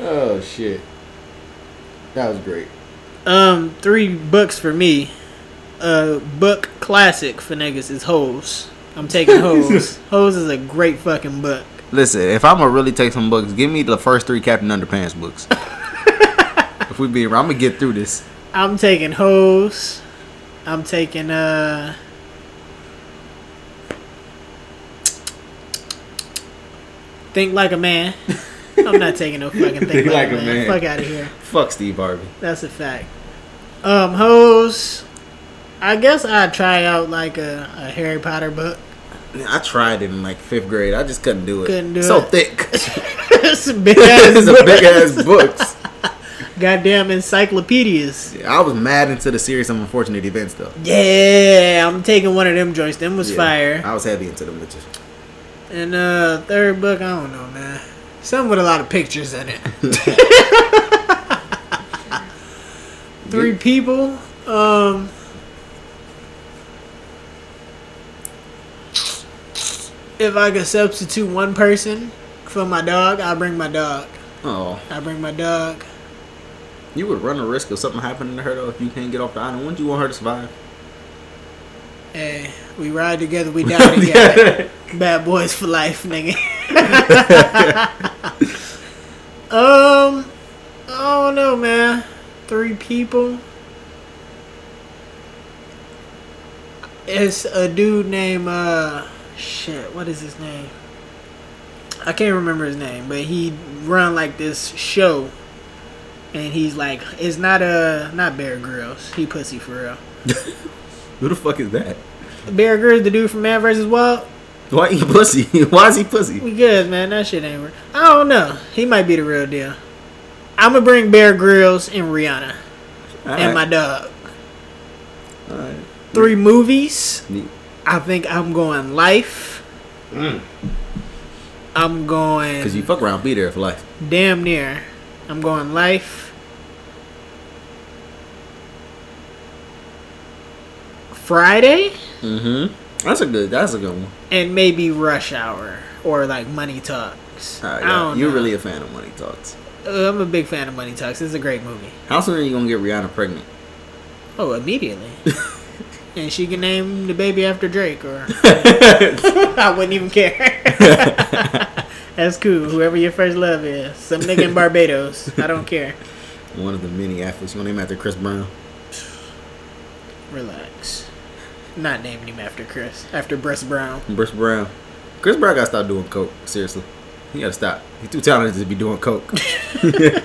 [SPEAKER 4] oh shit, that was great.
[SPEAKER 3] um, three books for me. Uh, book classic for niggas is Hoes. I'm taking Hoes. Hoes is a great fucking book.
[SPEAKER 4] Listen, if I'm gonna really take some books, give me the first three Captain Underpants books. if we be, I'm gonna get through this.
[SPEAKER 3] I'm taking hoes. I'm taking uh Think like a man. I'm not taking no fucking think,
[SPEAKER 4] Think
[SPEAKER 3] like,
[SPEAKER 4] like a
[SPEAKER 3] a man.
[SPEAKER 4] man.
[SPEAKER 3] Fuck out of here.
[SPEAKER 4] Fuck Steve Harvey.
[SPEAKER 3] That's a fact. Um, hoes. I guess I'd try out like a, a Harry Potter book.
[SPEAKER 4] I tried it in like fifth grade. I just couldn't do it.
[SPEAKER 3] Couldn't do
[SPEAKER 4] so
[SPEAKER 3] it.
[SPEAKER 4] thick.
[SPEAKER 3] it's a big
[SPEAKER 4] This
[SPEAKER 3] ass
[SPEAKER 4] is a
[SPEAKER 3] book.
[SPEAKER 4] big ass books.
[SPEAKER 3] Goddamn encyclopedias.
[SPEAKER 4] I was mad into the series of unfortunate events though.
[SPEAKER 3] Yeah, I'm taking one of them joints. Them was
[SPEAKER 4] Yeah.
[SPEAKER 3] fire.
[SPEAKER 4] I was heavy into them bitches.
[SPEAKER 3] And uh third book, I don't know, man. Something with a lot of pictures in it. Three people. Um If I could substitute one person for my dog, I bring my dog.
[SPEAKER 4] Oh,
[SPEAKER 3] I bring my dog.
[SPEAKER 4] you would run a risk of something happening to her though if you can't get off the island. Wouldn't you want her to survive?
[SPEAKER 3] Hey, we ride together, we die together. Bad boys for life, nigga. um, I don't know, man. Three people. It's a dude named uh, shit. What is his name? I can't remember his name, but he run like this show, and he's like, it's not a not Bear Grylls. He pussy for real.
[SPEAKER 4] Who the fuck is that?
[SPEAKER 3] Bear Grylls, the dude from Man vs. Wild.
[SPEAKER 4] Why he pussy? Why is he pussy?
[SPEAKER 3] Because man, that shit ain't real. I don't know. He might be the real deal. I'm gonna bring Bear Grylls and Rihanna and my dog.
[SPEAKER 4] All right.
[SPEAKER 3] Three movies.
[SPEAKER 4] Neat.
[SPEAKER 3] I think I'm going Life. I'm going
[SPEAKER 4] Mm. Cause you fuck around, be there for life.
[SPEAKER 3] damn near. I'm going Life. Friday
[SPEAKER 4] Mm-hmm. That's a good. That's a good one.
[SPEAKER 3] and maybe Rush Hour or like Money Talks.
[SPEAKER 4] All right,
[SPEAKER 3] I don't
[SPEAKER 4] You're
[SPEAKER 3] know.
[SPEAKER 4] really a fan of Money Talks.
[SPEAKER 3] Uh, I'm a big fan of Money Talks. It's a great movie.
[SPEAKER 4] How soon are you gonna get Rihanna pregnant?
[SPEAKER 3] Oh, immediately. and she can name the baby after Drake, or I wouldn't even care. That's cool. Whoever your first love is, some nigga in Barbados. I don't care.
[SPEAKER 4] One of the many athletes. You want to name after Chris Brown?
[SPEAKER 3] Relax. Not naming him after Chris, after Bruce Brown.
[SPEAKER 4] Chris Brown. Chris Brown got to stop doing coke. Seriously, he got to stop. He's too talented to be doing coke. Is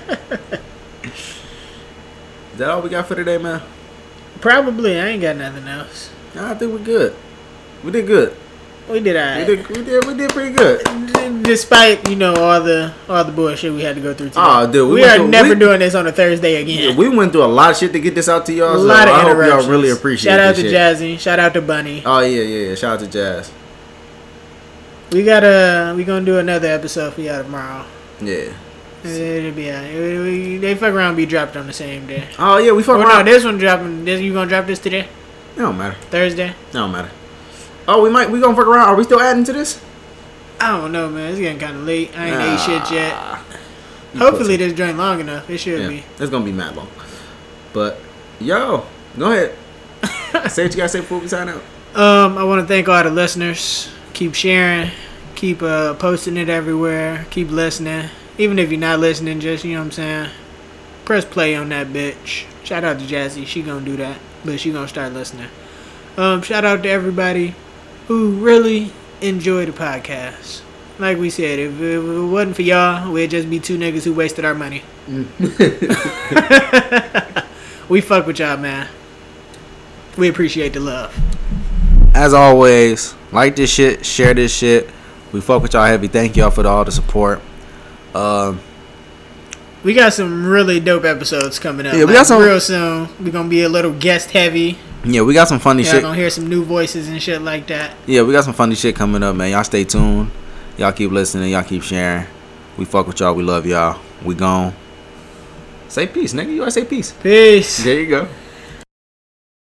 [SPEAKER 4] that all we got for today, man?
[SPEAKER 3] Probably. I ain't got nothing else.
[SPEAKER 4] Nah, I think we're good. We did good.
[SPEAKER 3] We did
[SPEAKER 4] We
[SPEAKER 3] I.
[SPEAKER 4] did. We did. We did pretty good.
[SPEAKER 3] Despite you know all the all the bullshit we had to go through today.
[SPEAKER 4] Aw, Oh, dude,
[SPEAKER 3] we,
[SPEAKER 4] we went
[SPEAKER 3] are
[SPEAKER 4] through-
[SPEAKER 3] never
[SPEAKER 4] we-
[SPEAKER 3] doing this on a Thursday again.
[SPEAKER 4] Yeah, we went through a lot of shit to get this out to y'all.
[SPEAKER 3] a
[SPEAKER 4] so
[SPEAKER 3] lot of
[SPEAKER 4] I hope
[SPEAKER 3] interruptions.
[SPEAKER 4] y'all really appreciate.
[SPEAKER 3] Shout out
[SPEAKER 4] this
[SPEAKER 3] to
[SPEAKER 4] shit.
[SPEAKER 3] Jazzy. Shout out to Bunny.
[SPEAKER 4] Oh yeah, yeah, yeah. Shout out to Jazz.
[SPEAKER 3] We gotta we gonna do another episode for y'all tomorrow.
[SPEAKER 4] Yeah.
[SPEAKER 3] It'll be out. They fuck around and be dropped on the same day.
[SPEAKER 4] Oh yeah, we fuck
[SPEAKER 3] Oh no,
[SPEAKER 4] around.
[SPEAKER 3] this one dropping. This you gonna drop this today,
[SPEAKER 4] It don't matter.
[SPEAKER 3] Thursday?
[SPEAKER 4] It don't matter. Oh, we might. We gonna fuck around. Are we still adding to this?
[SPEAKER 3] I don't know, man. It's getting kind of late. I ain't ate shit yet.
[SPEAKER 4] Ah, you
[SPEAKER 3] Hopefully
[SPEAKER 4] pussy.
[SPEAKER 3] this joint long enough. It should
[SPEAKER 4] Yeah,
[SPEAKER 3] be.
[SPEAKER 4] it's gonna be mad long. But yo, go ahead. say what you gotta say before we sign out.
[SPEAKER 3] Um, I want to thank all the listeners. Keep sharing. Keep uh posting it everywhere. Keep listening. Even if you're not listening, just you know what I'm saying. Press play on that bitch. Shout out to Jazzy. She gonna do that, but she gonna start listening. Um, shout out to everybody who really enjoy the podcast. Like we said, if it, if it wasn't for y'all, we'd just be two niggas who wasted our money. we fuck with y'all, man. We appreciate the love.
[SPEAKER 4] As always, like this shit, share this shit. We fuck with y'all heavy. Thank y'all for all the support. Um,
[SPEAKER 3] We got some really dope episodes coming up.
[SPEAKER 4] Yeah, we
[SPEAKER 3] like,
[SPEAKER 4] got some-
[SPEAKER 3] real soon. We're gonna be a little guest heavy.
[SPEAKER 4] yeah, we got some funny
[SPEAKER 3] Y'all
[SPEAKER 4] shit.
[SPEAKER 3] gonna hear some new voices and shit like that.
[SPEAKER 4] Yeah, we got some funny shit coming up, man. Y'all stay tuned. Y'all keep listening. Y'all keep sharing. We fuck with y'all. We love y'all. We gone. Say peace, nigga. You gotta say peace.
[SPEAKER 3] Peace.
[SPEAKER 4] There you go.